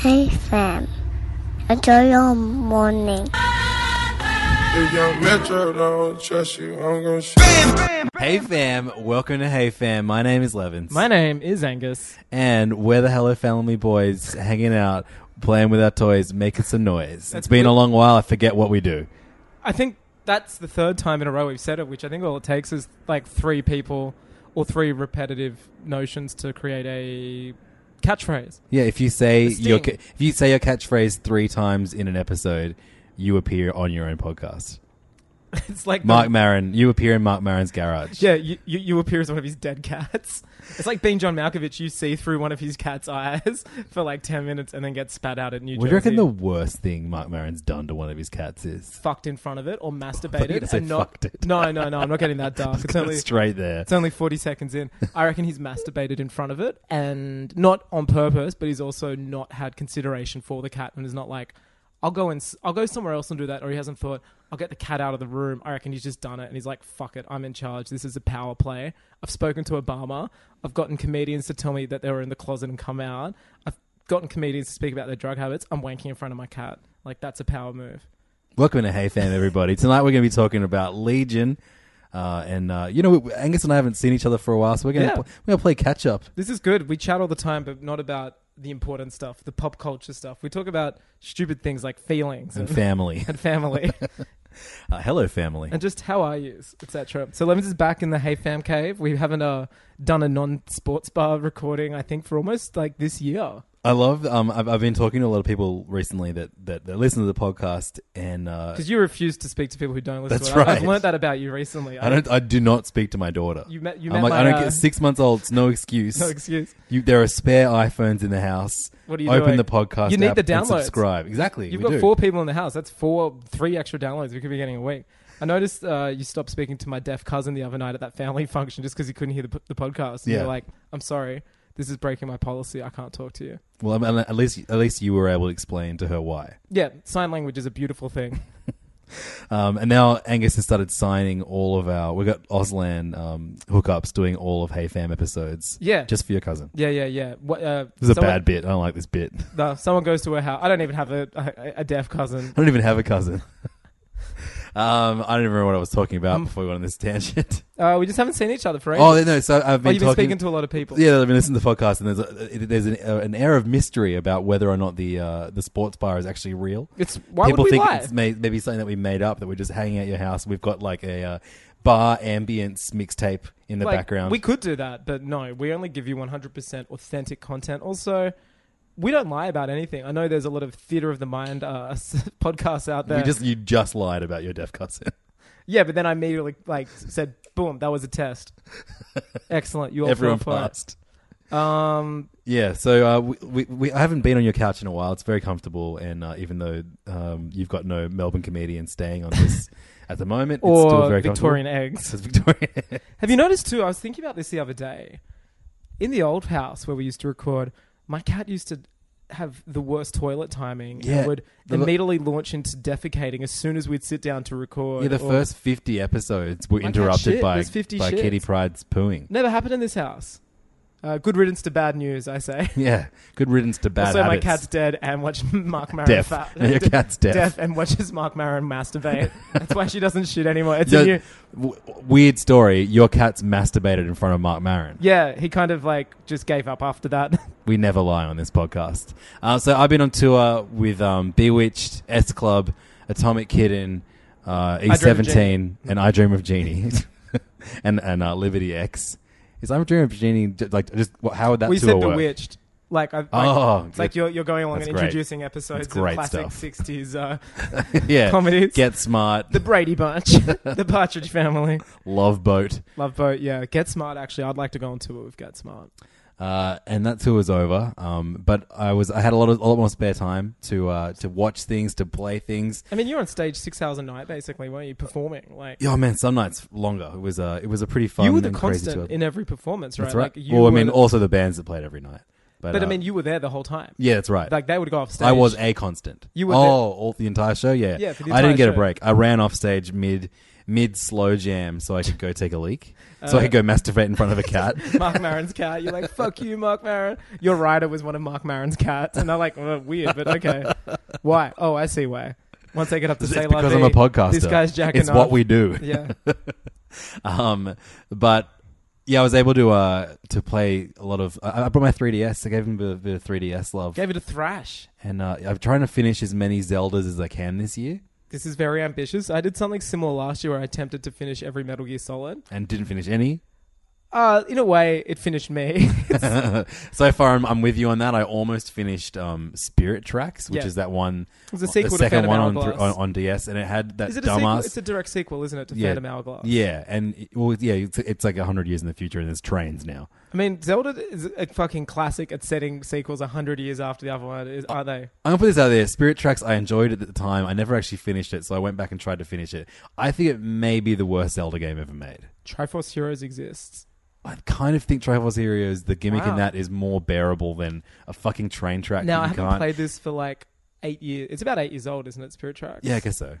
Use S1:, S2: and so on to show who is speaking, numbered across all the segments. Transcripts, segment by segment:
S1: Hey fam. Enjoy your morning.
S2: If young Metro don't trust you, I'm gonna shoot.
S3: Hey fam, welcome to Hey Fam. My name is Levins.
S4: My name is Angus.
S3: and we're the Hello Family Boys hanging out, playing with our toys, making some noise. it's been a long while, I forget what we do.
S4: I think that's the third time in a row we've said it, which I think all it takes is like three people or three repetitive notions to create a catchphrase.
S3: Yeah, if you say
S4: The sting.
S3: your ca- if you say your catchphrase three times in an episode, you appear on your own podcast.
S4: It's like the-
S3: Mark Maron, you appear in Mark Maron's garage.
S4: Yeah, you, you, you appear as one of his dead cats. It's like being John Malkovich. You see through one of his cat's eyes for like 10 minutes and then get spat out at New
S3: What do you
S4: Jersey.
S3: reckon the worst thing Mark Maron's done to one of his cats is?
S4: fucked in front of it
S3: thought you
S4: or
S3: were
S4: masturbated
S3: gonna say
S4: and not
S3: fucked it.
S4: No, no, no, I'm not getting that dark. it's only
S3: Straight there.
S4: It's only 40 seconds in. I reckon he's masturbated in front of it and not on purpose, but he's also not had consideration for the cat and is not like, I'll go and s- I'll go somewhere else and do that. Or he hasn't thought, I'll get the cat out of the room. I reckon he's just done it and he's like, fuck it. I'm in charge. This is a power play. I've spoken to Obama. I've gotten comedians to tell me that they were in the closet and come out. I've gotten comedians to speak about their drug habits. I'm wanking in front of my cat. Like, that's a power move.
S3: Welcome to Hey Fam, everybody. Tonight we're going to be talking about Legion. Uh, and, uh, you know, we, Angus and I haven't seen each other for a while, so we're going
S4: Yeah.
S3: to we're going to play catch up.
S4: This is good. We chat all the time, but not about the important stuff, the pop culture stuff. We talk about stupid things like feelings and,
S3: and family.
S4: and family
S3: Uh, hello, family.
S4: and just how are yous, etc. So Lemons is back in the Hey Fam cave. We haven't uh, done a non-sports bar recording, I think, for almost like this year.
S3: I love. Um, I've, I've been talking to a lot of people recently that that, that listen to the podcast, and uh,
S4: Because you refuse to speak to people who don't listen
S3: That's
S4: to it. I- I've
S3: right.
S4: learned that about you recently.
S3: I don't. I do not speak to my daughter.
S4: You met- you
S3: I'm
S4: met
S3: like, I
S4: my,
S3: don't
S4: uh,
S3: get six months old. It's no excuse.
S4: No excuse.
S3: You, there are spare iPhones in the house.
S4: What are you
S3: Open
S4: doing?
S3: the podcast.
S4: You need
S3: app
S4: the
S3: and
S4: downloads.
S3: subscribe. Exactly.
S4: You've
S3: we
S4: got
S3: do.
S4: four people in the house. That's four, three extra downloads we could be getting a week. I noticed uh, you stopped speaking to my deaf cousin the other night at that family function just because he couldn't hear the, p- the podcast. And
S3: Yeah.
S4: You're like, I'm sorry, this is breaking my policy. I can't talk to you.
S3: Well, I mean, at least at least you were able to explain to her why.
S4: Yeah, sign language is a beautiful thing.
S3: Um, and now Angus has started signing all of our. We got Auslan um, hookups doing all of Hey Fam episodes.
S4: Yeah.
S3: just for your cousin.
S4: Yeah, yeah, yeah. What, uh,
S3: This is a
S4: someone-
S3: bad bit. I don't like this bit. I
S4: No, someone goes to her house. I don't even have a, a, a deaf cousin.
S3: don't even have a cousin. um, I don't even remember what I was talking about
S4: Um,
S3: before we went on this tangent.
S4: Uh, we just haven't seen each other for ages.
S3: Oh no! So I've
S4: Oh,
S3: been
S4: you've been
S3: talking
S4: speaking to a lot of people.
S3: Yeah, I've been listening to the podcast, and there's a, there's an, uh, an air of mystery about whether or not the uh, the sports bar is actually real.
S4: It's why
S3: People
S4: would we
S3: think
S4: lie?
S3: it's may, maybe something that we made up that we're just hanging out your house. We've got like a uh, bar ambience mixtape in the
S4: Like,
S3: background.
S4: We could do that, but no, we only give you 100% authentic content. Also, we don't lie about anything. I know there's a lot of theater of the mind uh, podcasts out there.
S3: We just you just lied about your deaf cousin.
S4: yeah, but then I immediately like said, "Boom, that was a test." Excellent, you all
S3: Everyone
S4: qualified.
S3: passed.
S4: Um,
S3: Yeah, so uh, we, we, we I haven't been on your couch in a while. It's very comfortable, and uh, even though um, you've got no Melbourne comedian staying on this at the moment, it's still
S4: or
S3: very comfortable.
S4: Victorian eggs.
S3: It's Victorian.
S4: Have you noticed too? I was thinking about this the other day. In the old house where we used to record, my cat used to have the worst toilet timing
S3: Yeah,
S4: and would
S3: the lo-
S4: immediately launch into defecating as soon as we'd sit down to record.
S3: yeah, the
S4: or-
S3: first fifty episodes were
S4: Like,
S3: interrupted
S4: shit,
S3: by
S4: there's 50
S3: by
S4: shits.
S3: Kitty Pride's pooing.
S4: Never happened in this house. Uh, good riddance to bad news, I say.
S3: Yeah. Good riddance to bad
S4: also, my
S3: habits.
S4: cat's dead and watch Mark Maron
S3: Deaf.
S4: fat-
S3: No, your cat's deaf.
S4: and watches Mark Maron masturbate. That's why she doesn't shit anymore. It's
S3: Yeah,
S4: a new,
S3: w- weird story. Your cat's masturbated in front of Mark Maron.
S4: yeah. He kind of like just gave up after that.
S3: We never lie on this podcast. Uh, so I've been on tour with um, Bewitched, S Club, Atomic Kitten, uh, E17, and I Dream of Genie, and and uh, Liberty X. Is I Dream of Genie j- like just what, how would that
S4: we
S3: tour
S4: said
S3: work?
S4: bewitched. Like, I've, like
S3: Oh,
S4: it's like
S3: good.
S4: you're, you're going along
S3: That's
S4: and
S3: great.
S4: introducing episodes
S3: That's great
S4: of classic
S3: stuff.
S4: 60s. Uh,
S3: yeah,
S4: comedies.
S3: Get Smart,
S4: the Brady Bunch, The Partridge Family,
S3: Love Boat,
S4: Love Boat. Yeah, Get Smart. Actually, I'd like to go on tour with Get Smart.
S3: uh, and that tour was over. Um, but I was I had a lot of a lot more spare time to uh, to watch things, to play things.
S4: I mean, you're on stage six hours a night, basically, weren't you? Performing. Like,
S3: Yeah, man, some nights longer. It was uh, it was a pretty fun.
S4: you were the
S3: and crazy tour.
S4: constant in every performance, right?
S3: That's right.
S4: Like, you
S3: well, I
S4: were
S3: mean,
S4: the-
S3: also the bands that played every night. But,
S4: But
S3: uh,
S4: I mean, you were there the whole time.
S3: yeah, that's right.
S4: Like they would go off stage.
S3: I was a constant.
S4: You were
S3: oh,
S4: the-
S3: all the entire show. Yeah,
S4: Yeah, for the
S3: I didn't
S4: entire
S3: get a
S4: show.
S3: break. I ran off stage mid mid slow jam so I could go take a leak, so I
S4: Uh,
S3: could go masturbate in front of a cat.
S4: Mark Maron's cat. You're like, fuck you, Mark Maron. Your rider was one of Mark Maron's cats, and I'm like, "Oh, weird, but okay. Why? Oh, I see why. Once I get up to
S3: it's
S4: say,
S3: because
S4: "Lovey,"
S3: I'm a podcaster.
S4: This guy's jacking
S3: It's what
S4: off.
S3: we do.
S4: Yeah,
S3: um, but yeah, I was able to uh to play a lot of. I, I brought my 3ds. I gave him a bit of- bit of 3ds love,
S4: gave it a thrash.
S3: and uh, I'm trying to finish as many Zeldas as I can this year,
S4: This is very ambitious. I did something similar last year where I attempted to finish every Metal Gear Solid.
S3: and didn't finish any.
S4: Uh, in a way, it finished me.
S3: so far, I'm, I'm with you on that. I almost finished um, Spirit Tracks, which
S4: Yeah.
S3: is that one.
S4: was a
S3: the
S4: sequel to
S3: second
S4: Phantom
S3: one on,
S4: Hourglass.
S3: on on DS, and it had that
S4: is it a sequel?
S3: dumbass.
S4: It's a direct sequel, isn't it, to
S3: yeah,
S4: Phantom Hourglass?
S3: Yeah, and it- well, yeah, it's, it's like hundred years in the future, and there's trains now.
S4: I mean, Zelda is a fucking classic at setting sequels hundred years after the other one. Is,
S3: Oh.
S4: are they?
S3: I'm gonna put this out there. Spirit Tracks, I enjoyed it at the time. I never actually finished it, so I went back and tried to finish it. I think it may be the worst Zelda game ever made.
S4: Triforce Heroes exists.
S3: I kind of think Triforce Heroes, the gimmick in
S4: Wow.
S3: that, is more bearable than a fucking train track.
S4: Now
S3: that
S4: I
S3: you
S4: haven't
S3: can't.
S4: played this for like eight years. It's about eight years old, isn't it? Spirit Tracks.
S3: Yeah, I guess so.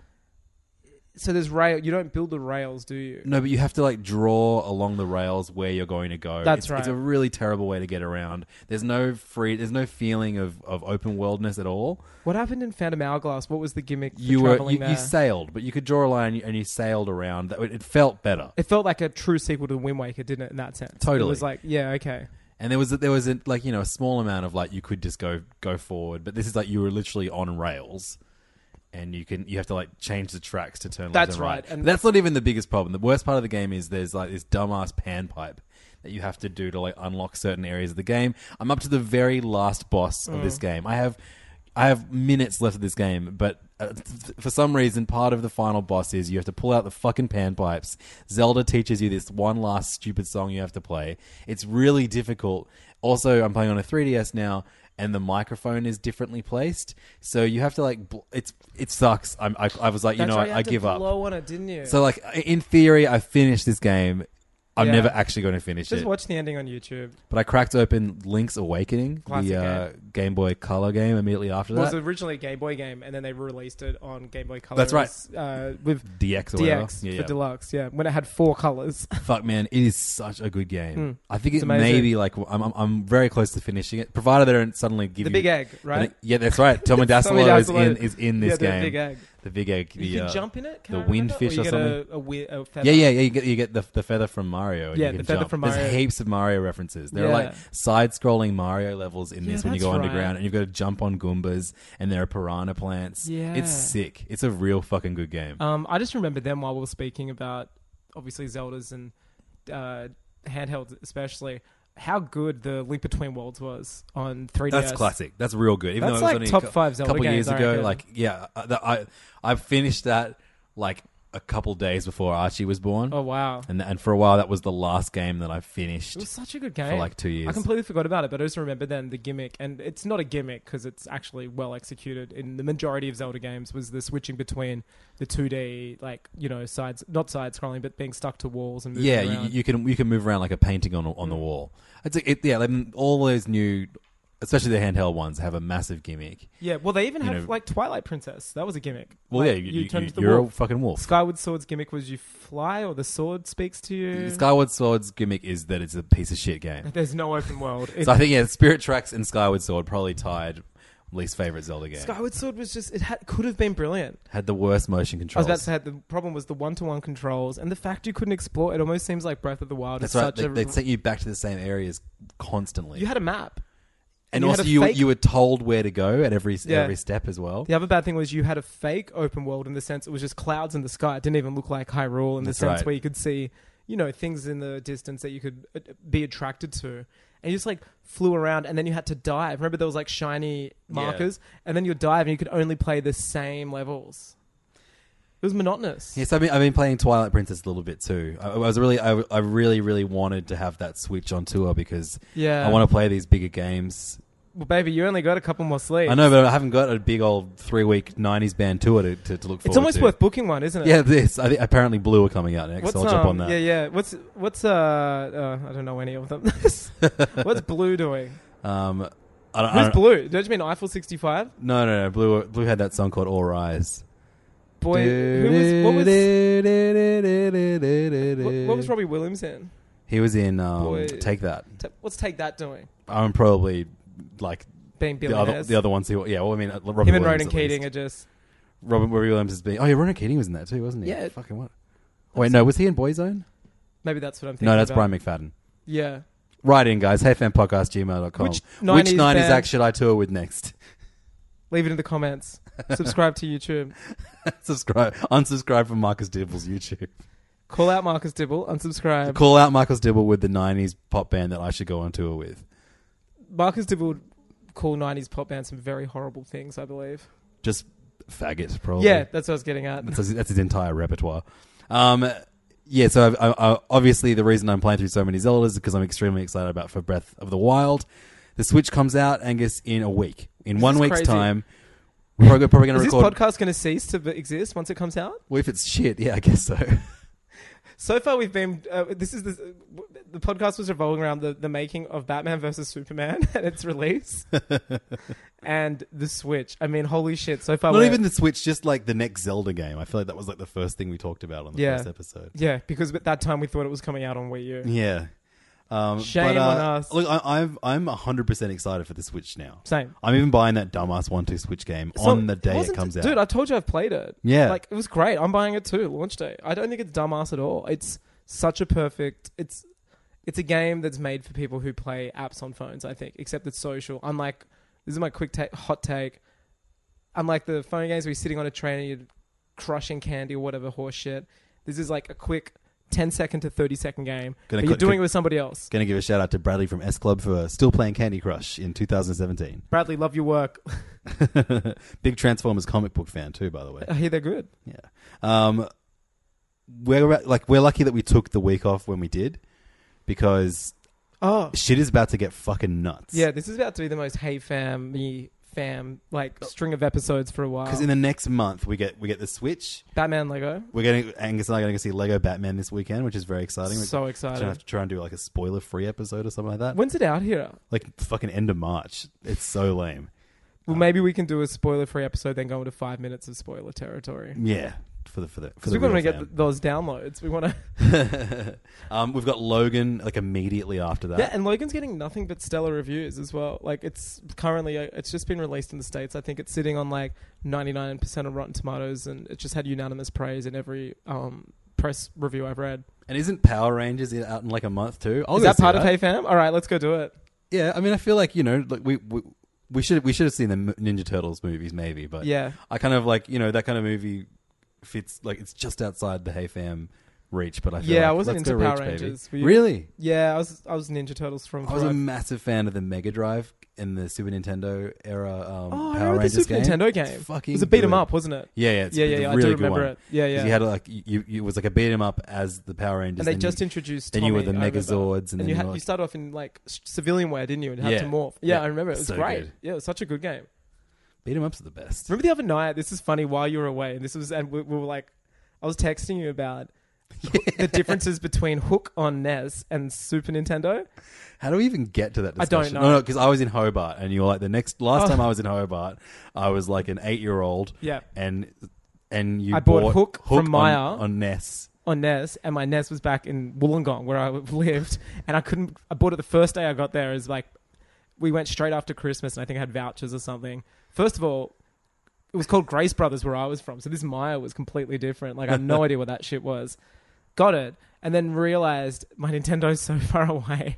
S4: So there's rail. You don't build the rails, do you?
S3: No, but you have to like draw along the rails where you're going to go.
S4: That's
S3: it's,
S4: right.
S3: It's a really terrible way to get around. There's no free. There's no feeling of, of open worldness at all.
S4: What happened in Phantom Hourglass? What was the gimmick? For
S3: You were
S4: traveling
S3: you,
S4: there?
S3: you sailed, but you could draw a line and you sailed around. That it felt better.
S4: it felt like a true sequel to Wind Waker, didn't it? In that sense,
S3: Totally.
S4: It was like, yeah, okay.
S3: And there was there was a, like you know a small amount of like you could just go go forward, but this is like you were literally on rails, and you can you have to like change the tracks to turn. left
S4: That's
S3: and right.
S4: right, and-
S3: But that's not even the biggest problem. The worst part of the game is there's like this dumbass panpipe that you have to do to like unlock certain areas of the game. I'm up to the very last boss of
S4: Mm.
S3: this game. I have. I have minutes left of this game, but uh, th- for some reason, part of the final boss is you have to pull out the fucking panpipes. Zelda teaches you this one last stupid song you have to play. It's really difficult. Also, I'm playing on a 3DS now, and the microphone is differently placed, so you have to like. Bl- it's it sucks. I'm, I, I was like, you
S4: That's
S3: know,
S4: right, you
S3: I,
S4: had
S3: I
S4: to
S3: give up.
S4: Blow on it, didn't you?
S3: So like, in theory, I finished this game. I'm
S4: Yeah.
S3: never actually going to finish
S4: just
S3: it.
S4: watch the ending on YouTube.
S3: but I cracked open Link's Awakening,
S4: Classic
S3: the uh, Game Boy Color game, immediately after
S4: It was
S3: that.
S4: originally a Game Boy game, and then they released it on Game Boy Color.
S3: That's right.
S4: Uh, with
S3: DX or whatever.
S4: DX for deluxe. Yeah, when it had four colors.
S3: Fuck man, it is such a good game. I think
S4: Hmm. It's
S3: it may
S4: amazing.
S3: be like I'm, I'm, I'm very close to finishing it, provided they don't suddenly give
S4: The
S3: you
S4: big egg, right?
S3: yeah, that's right. Tommy
S4: Tommy
S3: Dassolo is
S4: Dassolo.
S3: in is in this
S4: Yeah, the
S3: game.
S4: big egg.
S3: The big egg. The,
S4: You
S3: uh,
S4: can jump in it. Can
S3: the
S4: I remember?
S3: windfish
S4: you
S3: or
S4: get
S3: something.
S4: A, a, wi- a feather.
S3: Yeah, yeah, yeah. You get you get the, the feather from Mario. and
S4: Yeah,
S3: you
S4: the
S3: can
S4: feather
S3: jump.
S4: from
S3: There's
S4: Mario.
S3: heaps of Mario references. There are
S4: Yeah.
S3: like side-scrolling Mario levels in
S4: Yeah,
S3: this when you
S4: that's
S3: go
S4: right.
S3: underground, and you've got to jump on Goombas, and there are piranha plants.
S4: Yeah.
S3: it's sick. It's a real fucking good game.
S4: Um, I just remember them while we were speaking about obviously Zeldas and uh, handhelds, especially how good the Link Between Worlds was on 3DS.
S3: That's classic. That's real good. Even though
S4: That's
S3: it was
S4: like
S3: only
S4: top
S3: a cou-
S4: five Zelda
S3: couple
S4: games,
S3: years
S4: I
S3: ago.
S4: reckon.
S3: Like yeah, I, the- I I finished that like a couple days before Archie was born,
S4: Oh wow, it
S3: and and for a while that was the last game that I finished.
S4: was such a good game
S3: like, two years.
S4: I completely forgot about it, but I just remember then the gimmick, and it's not a gimmick because it's actually well executed in the majority of Zelda games. Was the switching between the 2D, like you know, sides not side scrolling, but being stuck to walls and moving
S3: yeah,
S4: around. Mm.
S3: you, you can you can move around like a painting on a- on the wall. It's like, it, yeah, like, all those new especially the handheld ones, have a massive gimmick.
S4: Yeah, well, they even
S3: You
S4: have
S3: know-
S4: like Twilight Princess. That was a gimmick.
S3: Well,
S4: Like,
S3: yeah, you, you,
S4: turn
S3: you,
S4: into the
S3: are
S4: wolf.
S3: a fucking wolf.
S4: Skyward Sword's gimmick was you fly or the sword speaks to you.
S3: Skyward Sword's gimmick is that it's a piece of shit game.
S4: There's no open world. It-
S3: So I think yeah, Spirit Tracks and Skyward Sword probably tied least favorite Zelda game.
S4: Skyward Sword was just it had, could have been brilliant.
S3: Had the worst motion
S4: I was
S3: controls.
S4: about to say the problem was the one-to-one controls and the fact you couldn't explore. It almost seems like Breath of the Wild.
S3: That's
S4: is
S3: right.
S4: Such
S3: They,
S4: a,
S3: they sent you back to the same areas constantly.
S4: you had a map.
S3: and
S4: you had
S3: also
S4: a
S3: you
S4: fake-
S3: you were told where to go at every
S4: Yeah.
S3: every step as well.
S4: The other bad thing was you had a fake open world in the sense it was just clouds in the sky. It didn't even look like Hyrule in the
S3: That's
S4: sense
S3: right.
S4: where you could see, you know, things in the distance that you could uh, be attracted to. And you just like flew around and then you had to dive. Remember there was like shiny markers and then you dive and you could only play the same levels. It was monotonous.
S3: Yes, I've been, I've been playing Twilight Princess a little bit too. I, I was really, I, I really, really wanted to have that Switch on tour because
S4: Yeah.
S3: I want to play these bigger games.
S4: Well, baby, you only got a couple more sleeps.
S3: I know, but I haven't got a big old three week '90s band tour to, to, to look forward.
S4: It's almost
S3: to.
S4: worth booking one, isn't it?
S3: Yeah, this. I think apparently Blue are coming out next.
S4: What's
S3: so I'll jump
S4: um,
S3: on that.
S4: Yeah, yeah. What's what's uh, uh I don't know any of them. what's Blue doing?
S3: Um, I don't, I
S4: Who's
S3: don't,
S4: Blue? Don't you mean Eiffel 65?
S3: No, no, no. Blue, Blue had that song called All Rise.
S4: Boy, who was, what, was, what,
S3: was
S4: what was Robbie Williams in?
S3: He was in um,
S4: Boy.
S3: Take That.
S4: Ta- What's Take That doing?
S3: I'm probably like
S4: Being
S3: the other,
S4: billionaires.
S3: the other ones who. Yeah, well, I mean, uh, Robin
S4: Him
S3: Williams
S4: and Ronan
S3: at least.
S4: Keating are just.
S3: Robin Robbie Williams has been. Oh yeah, Ronan Keating was in that too, wasn't he?
S4: Yeah.
S3: Fucking what? Wait, no, was he in Boyzone?
S4: Maybe that's what I'm thinking.
S3: No, that's
S4: about.
S3: Brian McFadden.
S4: Yeah.
S3: Right in, guys. HeyFanPodcastGmail.com.
S4: Which
S3: Which
S4: 90s
S3: 90s
S4: band-
S3: act should I tour with next?
S4: Leave it in the comments. Subscribe to YouTube.
S3: Subscribe, unsubscribe from Marcus Dibble's YouTube.
S4: Call out Marcus Dibble. Unsubscribe.
S3: Call out Marcus Dibble with the '90s pop band that I should go on tour with.
S4: Marcus Dibble would call 90s pop band some very horrible things, I believe.
S3: Just faggots, probably.
S4: Yeah, that's what I was getting at.
S3: That's, that's his entire repertoire. Um, yeah, so I've, I, I, obviously the reason I'm playing through so many Zeldas is because I'm extremely excited about for Breath of the Wild. The Switch comes out, Angus, in a week. In one
S4: is
S3: week's
S4: crazy.
S3: time, we're probably, probably going
S4: Is
S3: to
S4: this
S3: record.
S4: podcast going to cease to be- exist once it comes out?
S3: well, if it's shit, yeah, I guess so.
S4: Oh, So far, we've been. Uh, this is the, the podcast was revolving around the, the making of Batman versus Superman and its release, and the Switch. I mean, holy shit! So far,
S3: Not
S4: we're-
S3: even the Switch, just like the next Zelda game. I feel like that was like the first thing we talked about on the
S4: Yeah.
S3: first episode.
S4: yeah, because at that time we thought it was coming out on Wii U.
S3: Yeah. Um,
S4: Shame
S3: but, uh,
S4: on us.
S3: Look, I, I've, I'm 100% excited for the Switch now.
S4: Same.
S3: I'm even buying that dumbass 1 2 Switch game
S4: So
S3: on the day it
S4: wasn't-
S3: comes out.
S4: dude. I told you I've played it.
S3: Yeah.
S4: like it was great. I'm buying it too. Launch day. I don't think it's dumbass at all. It's such a perfect. It's it's a game that's made for people who play apps on phones. I think, except it's social. Unlike this is my quick ta- hot take. Unlike the phone games where you're sitting on a train and you're crushing candy or whatever horse shit, this is like a quick 10 second to 30 second game.
S3: Gonna
S4: but you're
S3: click-
S4: doing it with somebody else.
S3: Going to give a shout out to Bradley from S Club for still playing Candy Crush in 2017.
S4: Bradley, love your work.
S3: Big Transformers comic book fan too, by the way.
S4: I hear they're good.
S3: Yeah. Um, we're like we're lucky that we took the week off when we did because
S4: Oh,
S3: shit is about to get fucking nuts.
S4: Yeah, this is about to be the most hey fam me fam like string of episodes for a while.
S3: Because in the next month we get we get the Switch.
S4: Batman Lego,
S3: We're getting Angus and I are going to see Lego Batman this weekend, which is very exciting. We're
S4: so
S3: gonna have
S4: excited.
S3: to try and do like a spoiler free episode or something like that.
S4: When's it out here?
S3: like fucking end of March. It's so lame. Uh,
S4: Well, maybe we can do a spoiler free episode, then go into five minutes of spoiler territory.
S3: Yeah. For the for the for
S4: Because
S3: the
S4: we want
S3: real
S4: to get
S3: fam.
S4: th- those downloads. We want to.
S3: um, we've got Logan like immediately after that.
S4: Yeah, and Logan's getting nothing but stellar reviews as well. Like it's currently, uh, it's just been released in the states. I think it's sitting on like ninety nine percent of Rotten Tomatoes, and it just had unanimous praise in every um, press review I've read.
S3: And isn't Power Rangers in- out in like a month too? I'll
S4: Is
S3: go
S4: that
S3: Oh, see
S4: part of Hey Fam? All right, let's go do it.
S3: Yeah, I mean, I feel like you know, like we we, we should we should have seen the M- Ninja Turtles movies maybe, but
S4: Yeah.
S3: I kind of like you know that kind of movie fits like it's just outside the Hey Fam reach, but I feel
S4: Yeah, I
S3: like,
S4: wasn't
S3: let's
S4: into
S3: go
S4: Power
S3: reach, baby.
S4: Rangers. Were you-
S3: Really,
S4: Yeah, I was I was Ninja Turtles from.
S3: I was a
S4: Thrive.
S3: massive fan of the Mega Drive and the Super Nintendo era. Um, Power
S4: Oh, I remember the
S3: Rangers
S4: Super
S3: game.
S4: Nintendo
S3: It's
S4: game.
S3: fucking
S4: it was a beat 'em
S3: good.
S4: up, wasn't it?
S3: Yeah, yeah, it's
S4: yeah,
S3: it's
S4: yeah.
S3: a
S4: yeah,
S3: really
S4: I do
S3: good
S4: remember
S3: one.
S4: it. Yeah,
S3: 'Cause
S4: yeah.
S3: You had like you, you it was like a beat 'em up as the Power Rangers,
S4: and they
S3: then
S4: just
S3: you,
S4: introduced.
S3: then you were
S4: Tommy,
S3: the
S4: I remember.
S3: Megazords, and,
S4: And
S3: then
S4: you,
S3: were
S4: had,
S3: like-
S4: you started off in like s- civilian wear, didn't you? And had
S3: Yeah.
S4: to morph. Yeah,
S3: Yeah.
S4: I remember. It was
S3: So
S4: great.
S3: good.
S4: Yeah, it was such a good game.
S3: Beat 'em ups are the best.
S4: Remember the other night? This is funny. While you were away, and this was, and we, we were like, I was texting you about the differences between Hook on NES and Super Nintendo.
S3: How do we even get to that
S4: I don't
S3: discussion?
S4: know.
S3: No, no, because I was in Hobart and you were like the next last
S4: Oh.
S3: time I was in Hobart, I was like an eight year old.
S4: Yeah.
S3: And and you
S4: I bought Hook from
S3: on-
S4: Maya.
S3: on, Ness.
S4: on NES, and my NES was back in Wollongong where I lived, and I couldn't. I bought it the first day I got there. Is like we went straight after Christmas, and I think I had vouchers or something. First of all, it was called Grace Brothers where I was from, so this Maya was completely different. Like I had no idea what that shit was. Got it, and then realized my Nintendo's so far away.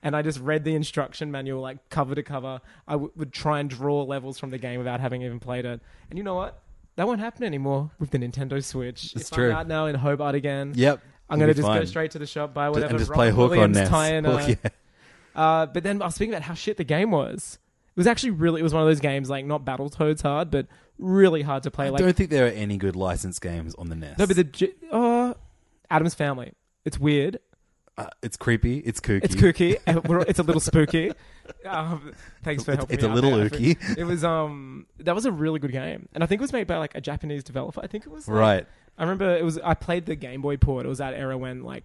S4: And I just read the instruction manual like cover to cover. I w- would try and draw levels from the game without having even played it. And you know what? That won't happen anymore with the Nintendo Switch.
S3: It's
S4: If I'm
S3: true.
S4: out now in Hobart again.
S3: Yep. It'll
S4: I'm gonna
S3: be
S4: just go
S3: fine.
S4: straight to the shop, buy
S3: D-
S4: whatever.
S3: and just
S4: Robin
S3: play Hook
S4: Williams
S3: on Ness.
S4: tie in, uh,
S3: Hook, yeah.
S4: uh, but then I was thinking about how shit the game was. It was actually really. It was one of those games like not Battletoads hard, but really hard to play.
S3: I
S4: like
S3: don't think there are any good licensed games on the Ness.
S4: no, but the J- uh, Adam's Family. It's weird.
S3: uh, it's creepy. It's kooky.
S4: It's kooky. and we're- it's a little spooky. Um, thanks for
S3: It's-
S4: helping.
S3: it's
S4: me
S3: a
S4: out
S3: little
S4: there, Alfred.
S3: ooky.
S4: It was um that was a really good game, and I think it was made by like a Japanese developer. I think it was like,
S3: Right.
S4: I remember it was I played the Game Boy port. It was that era when like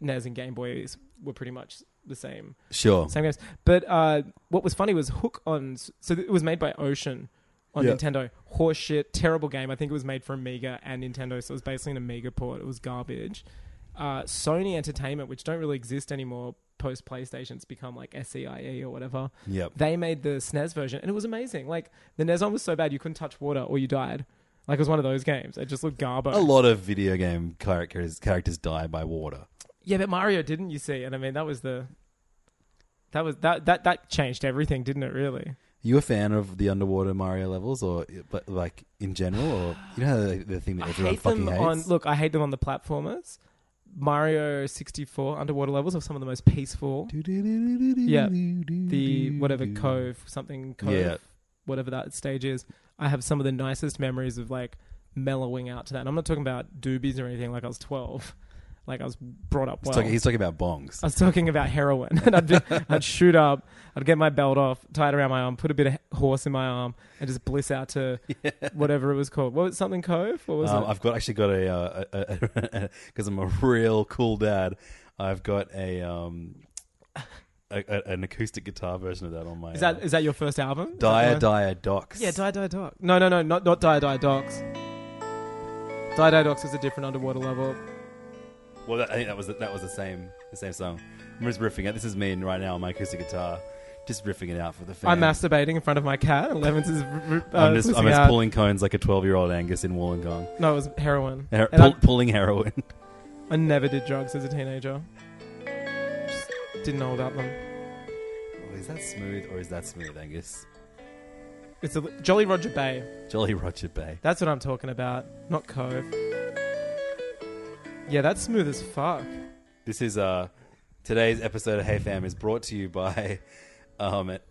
S4: NES and Game Boys were pretty much the same
S3: Sure.
S4: same games. But uh, what was funny was Hook on so it was made by Ocean on
S3: Yeah.
S4: Nintendo. Horseshit, terrible game. I think it was made for Amiga and Nintendo, so it was basically an Amiga port. It was garbage. Uh, Sony Entertainment, which don't really exist anymore post PlayStation, it's become like SEIE E or whatever.
S3: Yep.
S4: They made the SNES version, and it was amazing. Like the NES one was so bad you couldn't touch water or you died. Like it was one of those games. It just looked garbo.
S3: A lot of video game characters characters die by water.
S4: Yeah, but Mario didn't you see? And I mean that was the that was that that that changed everything, didn't it? Really.
S3: Are you a fan of the underwater Mario levels, or but like in general, or you know how the, the thing that
S4: I
S3: everyone
S4: hate
S3: fucking
S4: them
S3: hates?
S4: on. Look, I hate them on the platformers. Mario 64 underwater levels are some of the most peaceful. Yeah, The whatever cove, something cove,
S3: Yeah.
S4: whatever that stage is. I have some of the nicest memories of like mellowing out to that. And I'm not talking about doobies or anything. Like I was 12, like I was brought up.
S3: He's,
S4: Well.
S3: talking, he's talking about bongs.
S4: I was talking about heroin, and I'd, I'd shoot up, I'd get my belt off, tie it around my arm, put a bit of horse in my arm, and just bliss out to whatever it was called. What was something Cove? What was
S3: Um,
S4: it?
S3: I've got actually got uh, a because I'm a real cool dad. I've got a, um, a, a an acoustic guitar version of that on my uh,
S4: Is that is that your first album? Is that
S3: Dire
S4: the one-
S3: Dire Docs.
S4: Yeah, Die Die Doc. No, no, no, not not Die Die Docs. Die Die Docs is a different underwater level.
S3: Well, that, I think that was the, that was the same the same song. I'm just riffing it. This is me right now on my acoustic guitar, just riffing it out for the fans.
S4: I'm masturbating in front of my cat, and Levins is. r- r- Uh,
S3: I'm just, I'm
S4: pussing
S3: just
S4: out.
S3: pulling cones like a 12 year old Angus in Wollongong.
S4: No, it was heroin.
S3: Her-
S4: And
S3: pull,
S4: I,
S3: pulling heroin.
S4: I never did drugs as a teenager. Just didn't know about them.
S3: Oh, is that smooth or is that smooth, Angus?
S4: It's a Jolly Roger Bay.
S3: Jolly Roger Bay.
S4: That's what I'm talking about, not Cove. Yeah, that's smooth as fuck.
S3: This is uh today's episode of Hey Fam is brought to you by um it-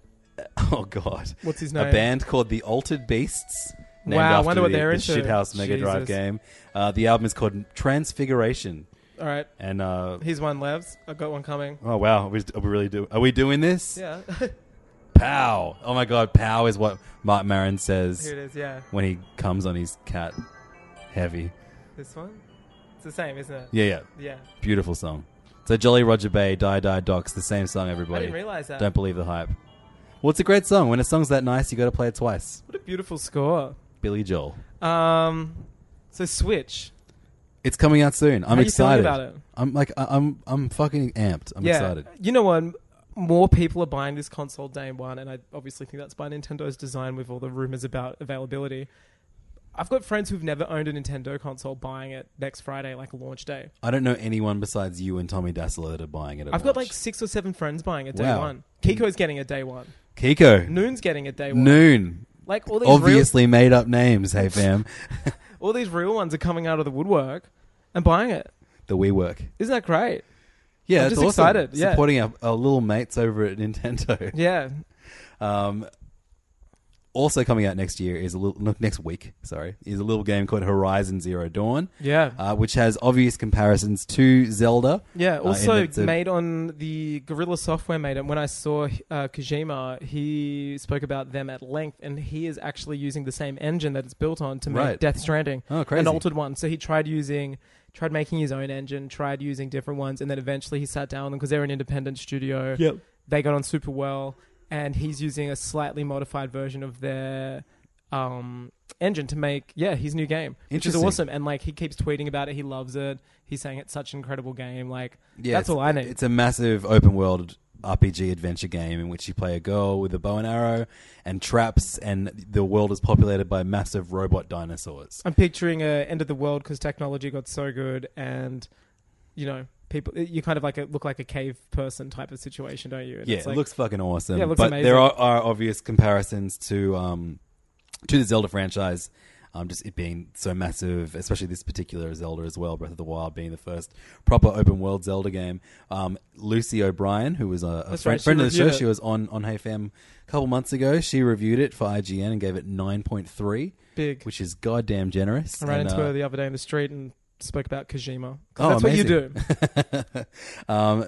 S3: oh god
S4: What's his
S3: a
S4: name?
S3: band called the Altered Beasts. Named
S4: Wow, I
S3: after
S4: wonder what
S3: the, the
S4: they're into.
S3: Shithouse Mega Drive
S4: Jesus.
S3: game. Uh, the album is called Transfiguration,
S4: All right,
S3: and uh,
S4: here's one, Levs. I got one coming.
S3: oh wow, are we, are we really do? Are we doing this?
S4: Yeah,
S3: Pow! Oh my god, pow is what Mark Maron says
S4: here it is. Yeah,
S3: when he comes on his cat. Heavy,
S4: this one. It's the same, isn't it?
S3: yeah, yeah,
S4: Yeah.
S3: beautiful song. So Jolly Roger Bay, Die Die Docs, the same song.
S4: I
S3: Everybody,
S4: didn't realize that.
S3: Don't believe the hype. Well, it's a great song. When a song's that nice, you got to play it twice.
S4: What a beautiful score.
S3: Billy Joel.
S4: Um, so Switch.
S3: It's coming out soon. I'm
S4: How you
S3: excited.
S4: feeling about it?
S3: I'm like I- I'm I'm fucking amped. I'm
S4: yeah,
S3: excited.
S4: you know what? More people are buying this console day one, and I obviously think that's by Nintendo's design with all the rumors about availability. I've got friends who've never owned a Nintendo console buying it next Friday, like launch day.
S3: I don't know anyone besides you and Tommy Dassler that are buying it. At
S4: I've got
S3: launch.
S4: like six or seven friends buying it day
S3: Wow.
S4: one. Kiko's getting a day one.
S3: Kiko
S4: Noon's getting a day one.
S3: Noon.
S4: Like all these
S3: Obviously made up names. Hey fam,
S4: real, all these real ones are coming out of the woodwork and buying it.
S3: the WeWork.
S4: Isn't that great?
S3: Yeah,
S4: I'm
S3: that's
S4: just
S3: awesome.
S4: excited, yeah.
S3: Supporting our, our little mates over at Nintendo.
S4: Yeah.
S3: Um, also coming out next year is a little no, next week. Sorry, is a little game called Horizon Zero Dawn.
S4: Yeah.
S3: uh, which has obvious comparisons to Zelda.
S4: Yeah,
S3: Uh,
S4: also
S3: in that the-
S4: made on the Gorilla Software made it. When I saw uh, Kojima, he spoke about them at length, and he is actually using the same engine that it's built on to make
S3: Right.
S4: Death Stranding,
S3: Oh, crazy.
S4: an altered one. So he tried using tried making his own engine, tried using different ones, and then eventually he sat down with them because they're an independent studio.
S5: Yep.
S4: They got on super well, and he's using a slightly modified version of their um, engine to make yeah his new game, which is
S3: Interesting.
S4: awesome. And like he keeps tweeting about it, he loves it. He's saying it's such an incredible game. Like
S3: Yeah,
S4: that's
S3: it's-
S4: all I need.
S3: It's a massive open world RPG adventure game in which you play a girl with a bow and arrow and traps, and the world is populated by massive robot dinosaurs.
S4: I'm picturing a end of the world because technology got so good, and you know, people, you kind of like a, look like a cave person type of situation, don't you? And
S3: yeah,
S4: it's like,
S3: it looks fucking awesome.
S4: Yeah, it looks
S3: but
S4: amazing.
S3: there are, are obvious comparisons to um, to the Zelda franchise. Um, just it being so massive, especially this particular Zelda as well, Breath of the Wild being the first proper open world Zelda game. Um, Lucy O'Brien, who was a, a
S4: That's
S3: friend,
S4: right, she
S3: friend of the show,
S4: reviewed it.
S3: she was on on HeyFam a couple months ago. She reviewed it for IGN and gave it nine point three,
S4: big.
S3: which is goddamn generous.
S4: I ran
S3: And,
S4: into
S3: uh,
S4: her the other day in the street and spoke about Kojima. 'Cause
S3: Oh,
S4: that's what you do.
S3: amazing. um,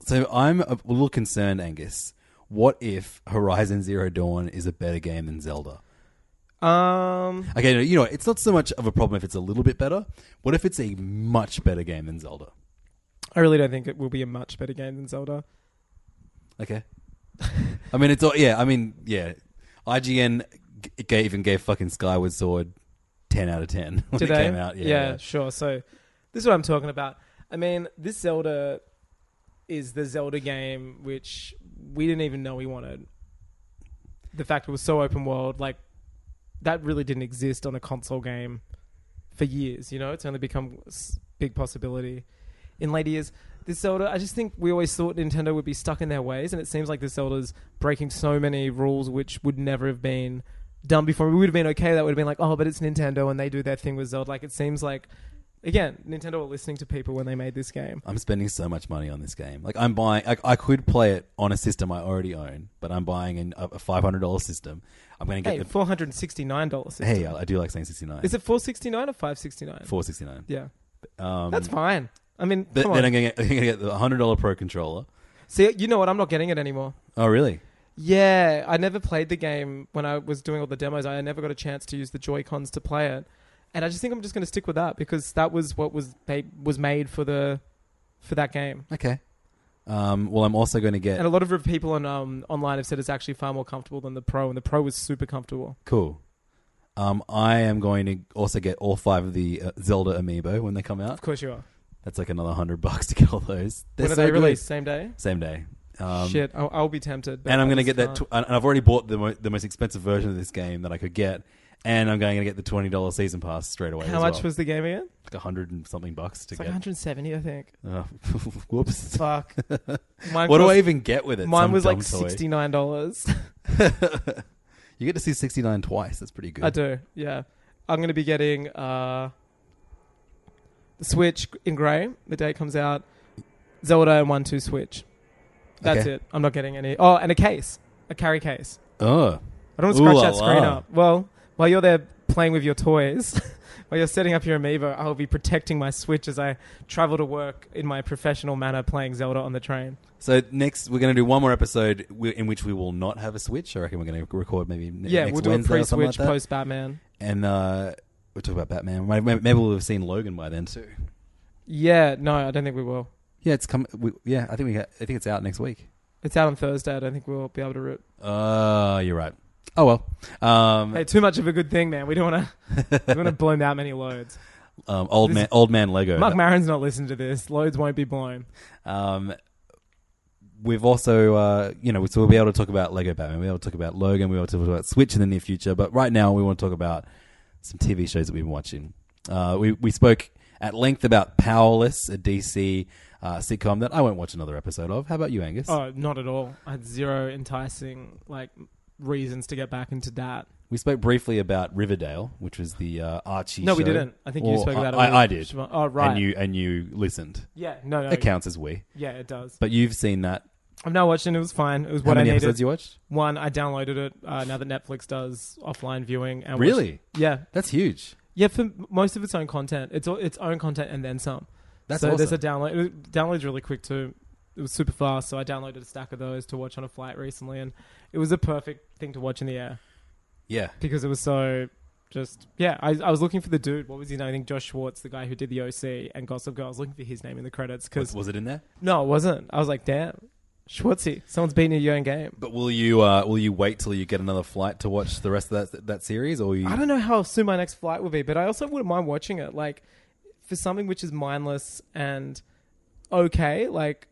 S3: so I'm a little concerned, Angus. What if Horizon Zero Dawn is a better game than Zelda?
S4: Um,
S3: Okay, no, you know, it's not so much of a problem if it's a little bit better. What if it's a much better game than Zelda?
S4: I really don't think it will be a much better game than Zelda.
S3: Okay. I mean, it's all, yeah, I mean, yeah. IGN g- gave, even gave fucking Skyward Sword 10 out of 10 when
S4: Did
S3: it
S4: they?
S3: came out. Yeah, yeah.
S4: sure. So this is what I'm talking about. I mean, this Zelda is the Zelda game which we didn't even know we wanted. The fact it was so open world, like that really didn't exist on a console game for years. You know, it's only become a s- big possibility in later years. This Zelda, I just think we always thought Nintendo would be stuck in their ways, and it seems like this Zelda's breaking so many rules which would never have been done before. We would have been okay. That would have been like, oh, but it's Nintendo, and they do their thing with Zelda. Like it seems like, again, Nintendo were listening to people when they made this game.
S3: I'm spending so much money on this game. Like I'm buying, like I could play it on a system I already own, but I'm buying an, a a $500 system. I'm going to get
S4: Hey,
S3: the
S4: four hundred and sixty nine dollars.
S3: Hey, I, I do like saying 69.
S4: is it four sixty nine or five sixty nine?
S3: 469.
S4: Yeah,
S3: Um,
S4: that's fine. I mean,
S3: th-
S4: come
S3: then
S4: on.
S3: I'm going to get the $100 Pro controller.
S4: See, you know what? I'm not getting it anymore.
S3: Oh, really?
S4: Yeah, I never played the game when I was doing all the demos. I never got a chance to use the Joy Cons to play it, and I just think I'm just going to stick with that because that was what was they was made for the for that game.
S3: Okay. Um, well, I'm also going to get
S4: And a lot of re- people on um, online have said it's actually far more comfortable than the Pro, and the Pro was super comfortable.
S3: cool. Um, I am going to also get all five of the uh, Zelda amiibo when they come out.
S4: Of course, you are.
S3: That's like another hundred bucks to get all those. They're
S4: when are
S3: so
S4: they
S3: good.
S4: released? Same day.
S3: Same day. Um,
S4: Shit, I'll, I'll be tempted. but
S3: And I'm
S4: I
S3: going to get
S4: just
S3: that.
S4: can't.
S3: Tw- and and I've already bought the, mo- the most expensive version of this game that I could get. And I'm going to get the twenty dollars season pass straight away.
S4: How
S3: as
S4: much
S3: well.
S4: was the game again?
S3: like a hundred and something bucks to
S4: It's like 170, I think.
S3: get? Uh, whoops!
S4: Fuck. Mine
S3: what do I
S4: cost-
S3: even get with it?
S4: Mine
S3: Some
S4: was like
S3: dumb toy.
S4: sixty nine dollars.
S3: you get to see 69 twice. That's pretty good.
S4: I do. Yeah, I'm going to be getting uh, the Switch in grey. The day it comes out. Zelda and one two Switch. That's
S3: Okay.
S4: it. I'm not getting any. Oh, and a case, a carry case.
S3: Oh,
S4: I don't want
S3: Ooh
S4: to scratch
S3: la
S4: that screen
S3: la.
S4: up. Well, while you're there playing with your toys, while you're setting up your amiibo, I'll be protecting my Switch as I travel to work in my professional manner, playing Zelda on the train.
S3: so next we're going to do one more episode wi- in which we will not have a Switch. I reckon we're going to record maybe ne-
S4: yeah,
S3: next
S4: we'll do
S3: Wednesday
S4: a
S3: or something
S4: pre-Switch,
S3: like that.
S4: post Batman.
S3: and uh, we'll talk about Batman. May- may- Maybe we'll have seen Logan by then too.
S4: Yeah, no, I don't think we will.
S3: Yeah, it's come. We, yeah, I think we. Ha- I think it's out next week.
S4: It's out on Thursday. I don't think we'll be able to root.
S3: Uh, you're right. Oh well. Um,
S4: Hey, too much of a good thing, man. We don't want to. we want to blow that many loads.
S3: um, old
S4: this-
S3: man, old man Lego.
S4: Mark Maron's not listening to this. Loads won't be blown.
S3: Um, we've also, uh, you know, so we'll be able to talk about Lego Batman. We'll be able to talk about Logan. We'll be able to talk about Switch in the near future. But right now, we want to talk about some TV shows that we've been watching. Uh, we we spoke at length about Powerless, a DC uh, sitcom that I won't watch another episode of. How about you, Angus?
S4: Oh, not at all. I had zero enticing like reasons to get back into that.
S3: We spoke briefly about Riverdale, which was the uh, Archie.
S4: No, we
S3: show.
S4: didn't. I think you
S3: Or-
S4: spoke about it.
S3: I,
S4: with
S3: I, I did.
S4: Siobhan. Oh, right.
S3: And you and you listened.
S4: yeah, no, no.
S3: That counts as we.
S4: Yeah, it does.
S3: But you've seen that.
S4: I've now watched it. and It was fine. It was
S3: How
S4: what I
S3: many
S4: needed.
S3: episodes you watched?
S4: One, I downloaded it. Uh, now that Netflix does offline viewing. And
S3: Really?
S4: watched- yeah,
S3: That's huge.
S4: yeah. For m- most of its own content, it's all, its own content and then some.
S3: That's
S4: so
S3: awesome.
S4: there's a download. It was, download's really quick too. It was super fast, so I downloaded a stack of those to watch on a flight recently, and it was a perfect thing to watch in the air
S3: yeah.
S4: because it was so just yeah, I, I was looking for the dude. What was his name? I think Josh Schwartz, the guy who did the OC and Gossip Girl. I was looking for his name in the credits because
S3: Was, was it in there?
S4: no, it wasn't. I was like, damn, Schwartzy, someone's beating you your own game.
S3: But will you uh, will you wait till you get another flight to watch the rest of that that series, or you?
S4: I don't know how soon my next flight will be, but I also wouldn't mind watching it. Like for something which is mindless and okay, like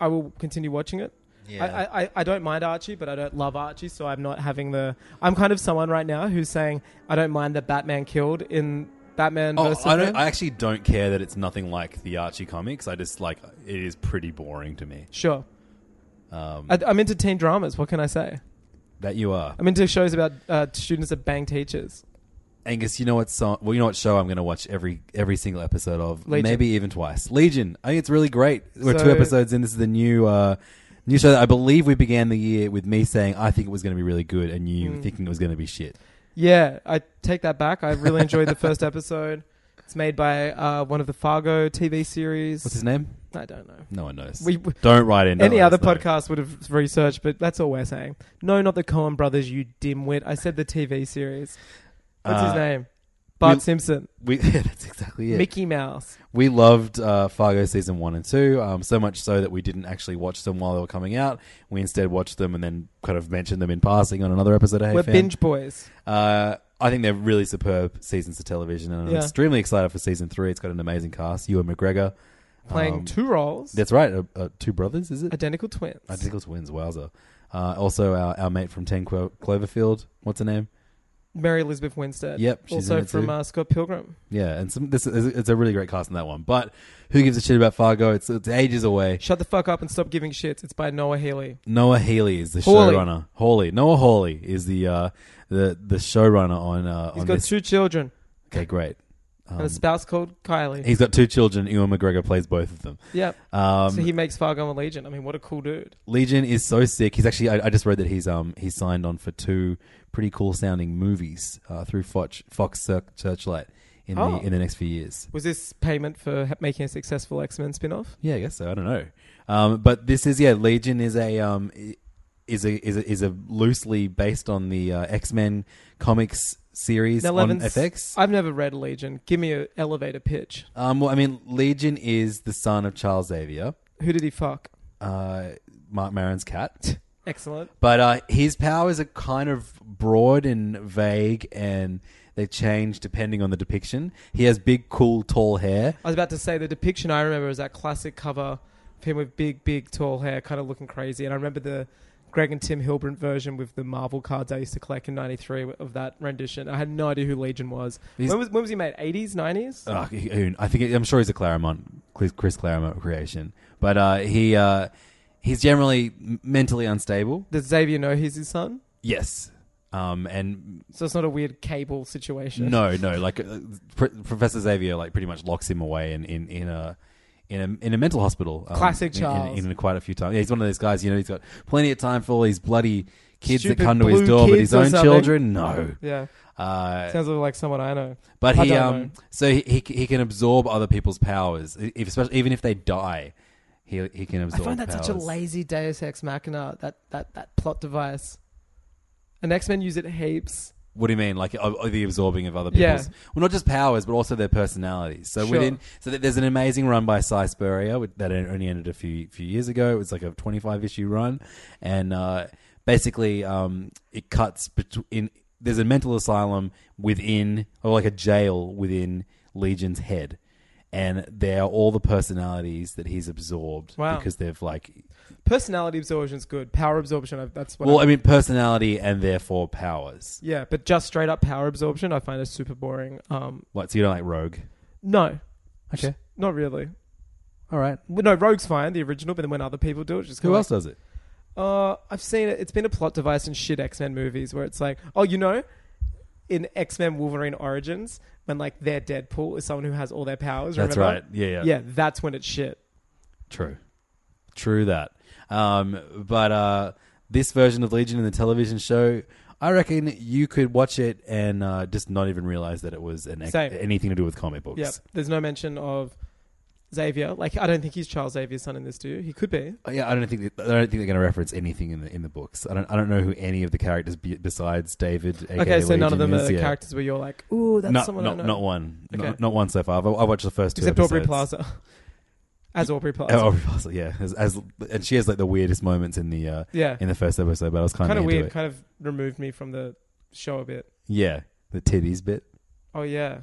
S4: I will continue watching it.
S3: Yeah.
S4: I, I- I, I don't mind Archie, but I don't love Archie, so I'm not having the. I'm kind of someone right now who's saying I don't mind that Batman killed in Batman
S3: Oh,
S4: versus.
S3: I don't.
S4: Superman."
S3: I actually don't care that it's nothing like the Archie comics. I just like it is pretty boring to me. Um,
S4: sure. I, I'm into teen dramas. What can I say?
S3: That you are,
S4: I'm into shows about uh, students that bang teachers.
S3: Angus. You know what song? Well, you know what show I'm going to watch every every single episode of,
S4: Legion.
S3: maybe even twice. Legion. I think it's really great. We're two
S4: So-
S3: episodes in. This is the new uh, new show that I believe we began the year with me saying I think it was going to be really good, and you thinking it was going to be shit.
S4: Yeah, I take that back. I really enjoyed the first episode. It's made by uh, one of the Fargo TV series.
S3: What's his name?
S4: I don't know.
S3: No one knows.
S4: We- we-
S3: don't write in. Don't
S4: Any
S3: let
S4: other
S3: us know.
S4: podcast would have researched, but that's all we're saying. No, not the Cohen brothers, you dimwit. I said the TV series. What's his
S3: Uh,
S4: name? Bart
S3: we-
S4: Simpson,
S3: We, that's exactly it.
S4: Mickey Mouse.
S3: We loved uh, Fargo season one and two, um, so much so that we didn't actually watch them while they were coming out. We instead watched them and then kind of mentioned them in passing on another episode of Hey
S4: we're
S3: Fam.
S4: binge boys.
S3: Uh, I think they're really superb seasons of television, and I'm
S4: Yeah.
S3: extremely excited for season three. It's got an amazing cast: Ewan McGregor.
S4: Playing
S3: um,
S4: two roles,
S3: That's right, uh, uh, two brothers, is it?
S4: identical twins.
S3: I think it's twins. Wowzer. Uh, also, our, our mate from Ten Clo- Cloverfield. What's her name?
S4: Mary Elizabeth Winstead.
S3: Yep, she's in
S4: Also
S3: it
S4: from
S3: too.
S4: uh, Scott Pilgrim.
S3: Yeah, and some, this is, it's a really great cast in that one. But who gives a shit about Fargo? It's, it's ages away.
S4: Shut the fuck up and stop giving shits. It's by Noah Healy.
S3: Noah Healy is the
S4: Hawley.
S3: showrunner. Hawley. Noah Hawley is the uh, the the showrunner on uh,
S4: He's
S3: on
S4: got
S3: this.
S4: two children
S3: okay, great.
S4: and
S3: Um,
S4: a spouse called Kylie.
S3: He's got two children. Ewan McGregor plays both of them.
S4: Yep.
S3: Um,
S4: so he makes Fargo and Legion. I mean, what a cool dude.
S3: Legion is so sick. He's actually. I, I just read that he's um he's signed on for two pretty cool sounding movies uh, through Fox Fox Cir- Searchlight in
S4: Oh.
S3: the in the next few years.
S4: Was this payment for ha- making a successful X Men spin off?
S3: Yeah, I guess so. I don't know. Um, but this is yeah. Legion is a um i- is a is a, is a loosely based on the uh, X Men comics series on FX.
S4: I've never read Legion. Give me an elevator pitch.
S3: Um, well, I mean, Legion is the son of Charles Xavier,
S4: Who did he fuck?
S3: uh, Mark Maron's cat.
S4: Excellent.
S3: But uh, his powers are kind of broad and vague, and they change depending on the depiction. He has big, cool, tall hair.
S4: I was about to say the depiction I remember is that classic cover of him with big, big, tall hair, kind of looking crazy. And I remember the Greg and Tim Hilbrand version with the Marvel cards I used to collect in '93 of that rendition. I had no idea who Legion was.
S3: He's-
S4: When was, when was he made? 80s, 90s?
S3: Uh, he- who- I think I'm sure he's a Claremont, Chris- Chris Claremont creation. But uh, he uh, he's generally m- mentally unstable.
S4: Does Xavier know he's his son?
S3: Yes. Um, and
S4: So it's not a weird cable situation.
S3: No, no. Like uh, pr- Professor Xavier, like pretty much locks him away in in, in a. In a, in a mental hospital. um,
S4: Classic
S3: in-
S4: Charles.
S3: In, in, quite a few times. Yeah, he's one of those guys, you know, he's got plenty of time for all these bloody kids
S4: Stupid
S3: that come to
S4: blue
S3: his door, but
S4: kids
S3: his
S4: or
S3: own
S4: something.
S3: children, no.
S4: Yeah.
S3: Uh,
S4: Sounds like someone I know.
S3: but
S4: I
S3: he,
S4: don't know.
S3: um, so he, he, he can absorb other people's powers, e, if, especially even if they die, he, he can
S4: I
S3: absorb
S4: find that such a
S3: powers.
S4: lazy Deus Ex Machina. That that that plot device. And X Men use it heaps.
S3: What do you mean? Like of, of the absorbing of other
S4: Yeah.
S3: people's, well, not just powers, but also their personalities. So
S4: Sure.
S3: within, so that there's an amazing run by Cy Spurrier which- that only ended a few few years ago. It was like a 25 issue run, and uh, basically um, it cuts between. There's a mental asylum within, or like a jail within Legion's head, and they are all the personalities that he's absorbed
S4: Wow.
S3: because they've like
S4: Personality absorption's good. Power absorption. I- That's what.
S3: well,
S4: I,
S3: I mean, personality and therefore powers.
S4: yeah, but just straight up power absorption, I find it super boring. Um,
S3: Like, so you don't like Rogue?
S4: no,
S3: Okay,
S4: not really.
S3: all right.
S4: Well, No, Rogue's fine, the original, but then when other people do it, it's just
S3: Who
S4: kinda
S3: else does it?
S4: Uh, I've seen it. It's been a plot device in shit X Men movies where it's like, oh, you know, in X Men Wolverine Origins, when like their Deadpool is someone who has all their powers.
S3: That's
S4: remember?
S3: right. Yeah, yeah.
S4: Yeah, that's when it's shit.
S3: True. True that. Um, but uh, this version of Legion in the television show, I reckon you could watch it and uh, just not even realize that it was an ex-
S4: Same.
S3: anything to do with comic books.
S4: Yep. There's no mention of Xavier. Like, I don't think he's Charles Xavier's son in this, do you? He could be.
S3: Uh, Yeah, I don't think that- I don't think they're going to reference anything in the in the books. I don't I don't know who any of the characters be, besides David. AKA
S4: Okay, so none of them
S3: Legion,
S4: are
S3: is, yeah.
S4: characters where you're like, ooh, that's
S3: not,
S4: someone
S3: not,
S4: I know.
S3: not one,
S4: Okay.
S3: not, not one so far. I, I watched the first two.
S4: Except Aubrey
S3: episodes.
S4: Plaza. As Aubrey Plaza.
S3: Oh, Aubrey Plaza, yeah. As, as and she has like the weirdest moments in the uh,
S4: yeah.
S3: in the first episode, but I was kind of
S4: Kind of
S3: into
S4: weird.
S3: it.
S4: Kind of removed me from the show a bit.
S3: Yeah, the titties bit.
S4: Oh, yeah.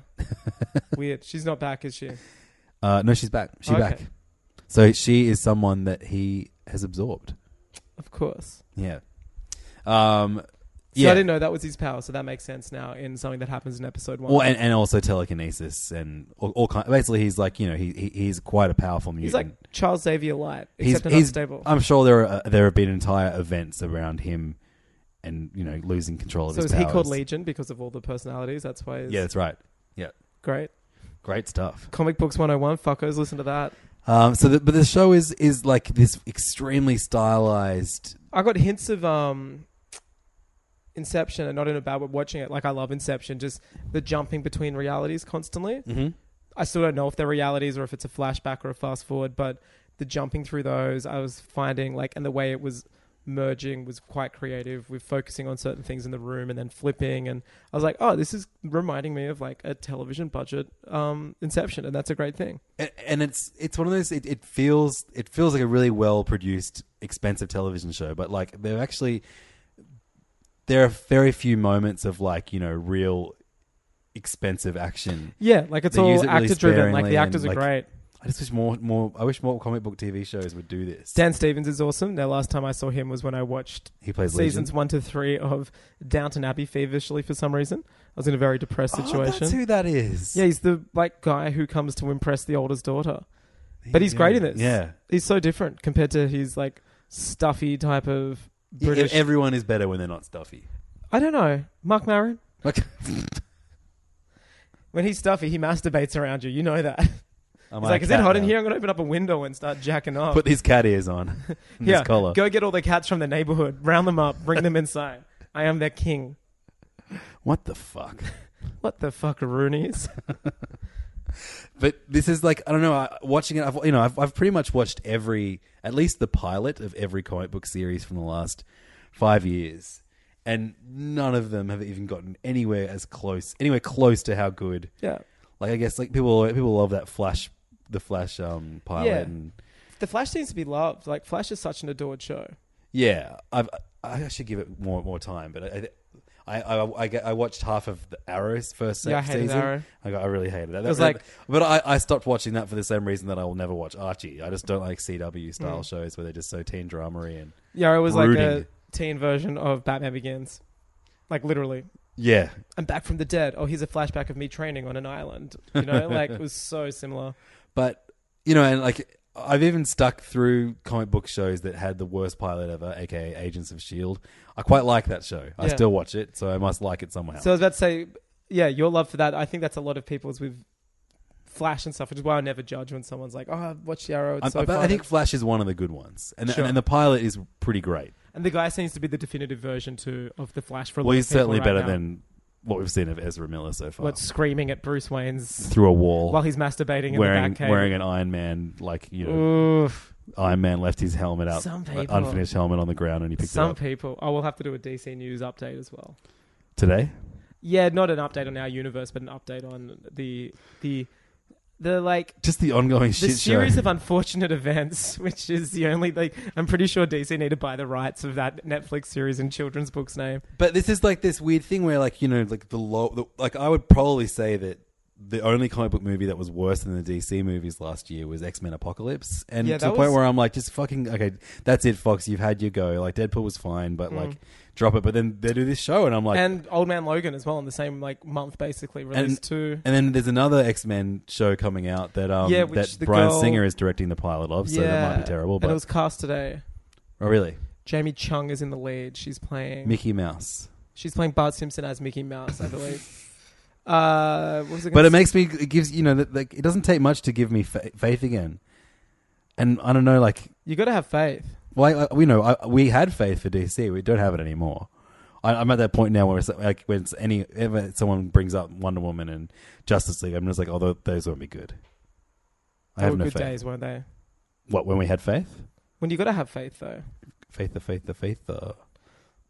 S4: weird. She's not back, is she?
S3: Uh, no, she's back. She's
S4: Okay.
S3: back. So she is someone that he has absorbed.
S4: Of course.
S3: Yeah. Um.
S4: So
S3: yeah.
S4: I didn't know that was his power, so that makes sense now in something that happens in episode one.
S3: Well, and, and also telekinesis and all, all kind. Basically, he's like you know he, he he's quite a powerful mutant.
S4: he's like Charles Xavier Light,
S3: He's-
S4: except
S3: he's-
S4: unstable.
S3: I'm sure there are, uh, there have been entire events around him, and you know losing control of
S4: so
S3: his
S4: is
S3: powers.
S4: he called Legion because of all the personalities? That's why. He's
S3: Yeah, that's right.
S4: great.
S3: Great stuff.
S4: Comic books 101, fuckers, listen to that.
S3: Um, so, the, but the show is is like this extremely stylized.
S4: I got hints of um, Inception, and not in a bad way. Watching it, like I love Inception, just the jumping between realities constantly.
S3: Mm-hmm.
S4: I still don't know if they're realities or if it's a flashback or a fast forward, but the jumping through those, I was finding like, and the way it was merging was quite creative with focusing on certain things in the room and then flipping. And I was like, oh, this is reminding me of like a television budget um, Inception, and that's a great thing.
S3: and, and it's it's one of those it, it feels it feels like a really well produced expensive television show but like they're actually there are very few moments of like you know real expensive action
S4: Yeah, like it's
S3: They use
S4: all
S3: it really
S4: actor driven. Like
S3: sparingly
S4: the actors
S3: and,
S4: are
S3: like-
S4: great.
S3: i just wish more more i wish more comic book tv shows would do this
S4: Dan Stevens is awesome. Now, last time I saw him was when I watched
S3: he plays
S4: seasons
S3: Legion.
S4: one to three of Downton Abbey feverishly for some reason. I was in a very depressed
S3: oh,
S4: situation.
S3: that's who that is
S4: Yeah, he's the like guy who comes to impress the oldest daughter. But he's great in this.
S3: yeah
S4: He's so different compared to his like stuffy type of British.
S3: E- everyone is better when they're not stuffy
S4: I don't know. Mark Maron.
S3: like
S4: When he's stuffy, he masturbates around you. You know that. He's
S3: I'm
S4: like, is it hot in here? I'm gonna open up a window and start jacking off.
S3: put these cat ears on and
S4: yeah,
S3: this collar
S4: go get all the cats from the neighborhood, round them up, bring them inside. I am their king.
S3: what the fuck
S4: What the fuck, Roonies?
S3: But this is like I don't know. I- Watching it, I've you know I've, I've pretty much watched every at least the pilot of every comic book series from the last five years, and none of them have even gotten anywhere as close anywhere close to how good.
S4: Yeah.
S3: Like I guess like people people love that Flash the Flash um pilot
S4: Yeah.
S3: and
S4: The Flash seems to be loved. Like Flash is such an adored show.
S3: yeah I've I I should give it more more time, but I. I I, I, I, get- I watched half of the Arrow's first
S4: Yeah, I hated
S3: season.
S4: Arrow.
S3: I, got, I really hated that. That
S4: was
S3: really-
S4: like-
S3: but I, I stopped watching that for the same reason that I will never watch Archie. I just don't like CW style
S4: Mm.
S3: shows where they're just so teen dramery and
S4: Yeah, it was like
S3: Brooding.
S4: a teen version of Batman Begins. Like literally,
S3: yeah.
S4: I'm back from the dead. Oh, here's a flashback of me training on an island. You know, like it was so similar.
S3: But you know, and like I've even stuck through comic book shows that had the worst pilot ever, aka Agents of Shield. I quite like that show. I
S4: Yeah.
S3: still watch it, so I must like it somehow.
S4: So I was about to say, yeah, your love for that. I think that's a lot of people's with Flash and stuff, which is why I never judge when someone's like, "Oh, watch the Arrow." It's
S3: I,
S4: so
S3: I- but I
S4: fun."
S3: think Flash is one of the good ones, and,
S4: Sure.
S3: and, and the pilot is pretty great.
S4: and the guy seems to be the definitive version too of the Flash for. A lot
S3: Well,
S4: of
S3: he's
S4: people
S3: certainly
S4: right
S3: better
S4: now.
S3: than what we've seen of Ezra Miller so far.
S4: What screaming at Bruce Wayne's
S3: through a wall
S4: while he's masturbating in
S3: wearing
S4: the Batcave.
S3: wearing an Iron Man like you know
S4: Oof.
S3: Iron Man left his helmet out,
S4: Mm. Some
S3: uh,
S4: people-
S3: unfinished helmet on the ground, and he picked it
S4: Some
S3: up
S4: people. Oh, we'll have to do a DC News update as well.
S3: today.
S4: Yeah, not an update on our universe, but an update on the the the like
S3: Just the ongoing
S4: the
S3: shit
S4: series
S3: show.
S4: of unfortunate events, which is the only like I'm pretty sure DC need to buy the rights of that Netflix series in children's books name.
S3: but this is like this weird thing where, like, you know, like the low, the, like I would probably say that the only comic book movie that was worse than the DC movies last year was X Men Apocalypse, and
S4: Yeah,
S3: to the
S4: that
S3: point
S4: was-
S3: where I'm like, just fucking okay, that's it, Fox, you've had your go. Like Deadpool was fine,
S4: Mm.
S3: but like drop it. But then they do this show, and I'm like,
S4: and Old Man Logan as well in the same like month basically
S3: and,
S4: released two.
S3: and then there's another X Men show coming out that um
S4: Yeah, which
S3: that
S4: the
S3: Brian
S4: girl-
S3: Singer is directing the pilot of, so that might be terrible. But
S4: And it was cast today.
S3: oh really,
S4: Jamie Chung is in the lead. She's playing
S3: Mickey Mouse.
S4: she's playing Bart Simpson as Mickey Mouse, I believe. uh what was I gonna
S3: But it
S4: say?
S3: makes me. It gives you know. that- Like it doesn't take much to give me fa- faith again. And I don't know. Like
S4: you gotta have faith.
S3: why I- you know I, we had faith for DC. We don't have it anymore. I, I'm at that point now where it's like when it's any ever someone brings up Wonder Woman and Justice League, I'm just like, oh, tho- those won't be good. I have
S4: were
S3: no
S4: good
S3: faith.
S4: days, weren't they?
S3: What when we had faith?
S4: When you got to have faith, though.
S3: Faith, the faith, the faith, the.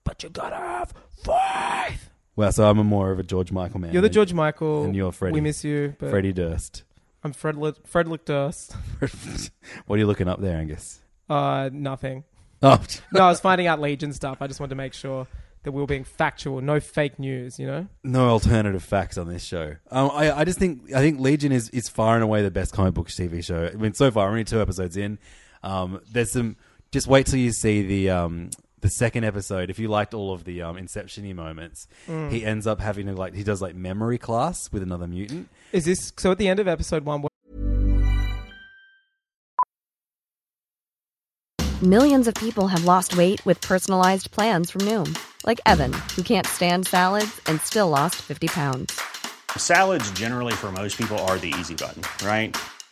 S4: But you gotta have faith.
S3: Well, so I'm a more of a George Michael man.
S4: You're the
S3: than
S4: George Michael.
S3: and you're Freddie.
S4: We miss you. But
S3: Freddie Durst.
S4: I'm Fred. Li- Frederick Durst.
S3: what are you looking up there, Angus?
S4: Uh, nothing.
S3: Oh,
S4: No, I was finding out Legion stuff. I just wanted to make sure that we were being factual, no fake news. You know.
S3: no alternative facts on this show. Um, I, I just think I think Legion is is far and away the best comic book TV show. I mean, so far we're only two episodes in. Um, there's some. Just wait till you see the um, the second episode. If you liked all of the um, Inceptiony moments,
S4: Mm.
S3: he ends up having to like he does like memory class with another mutant.
S4: Is this so? At the end of episode one, what
S5: Millions of people have lost weight with personalized plans from Noom, like Evan, who can't stand salads and still lost 50 pounds.
S6: Salads, generally, for most people, are the easy button, right?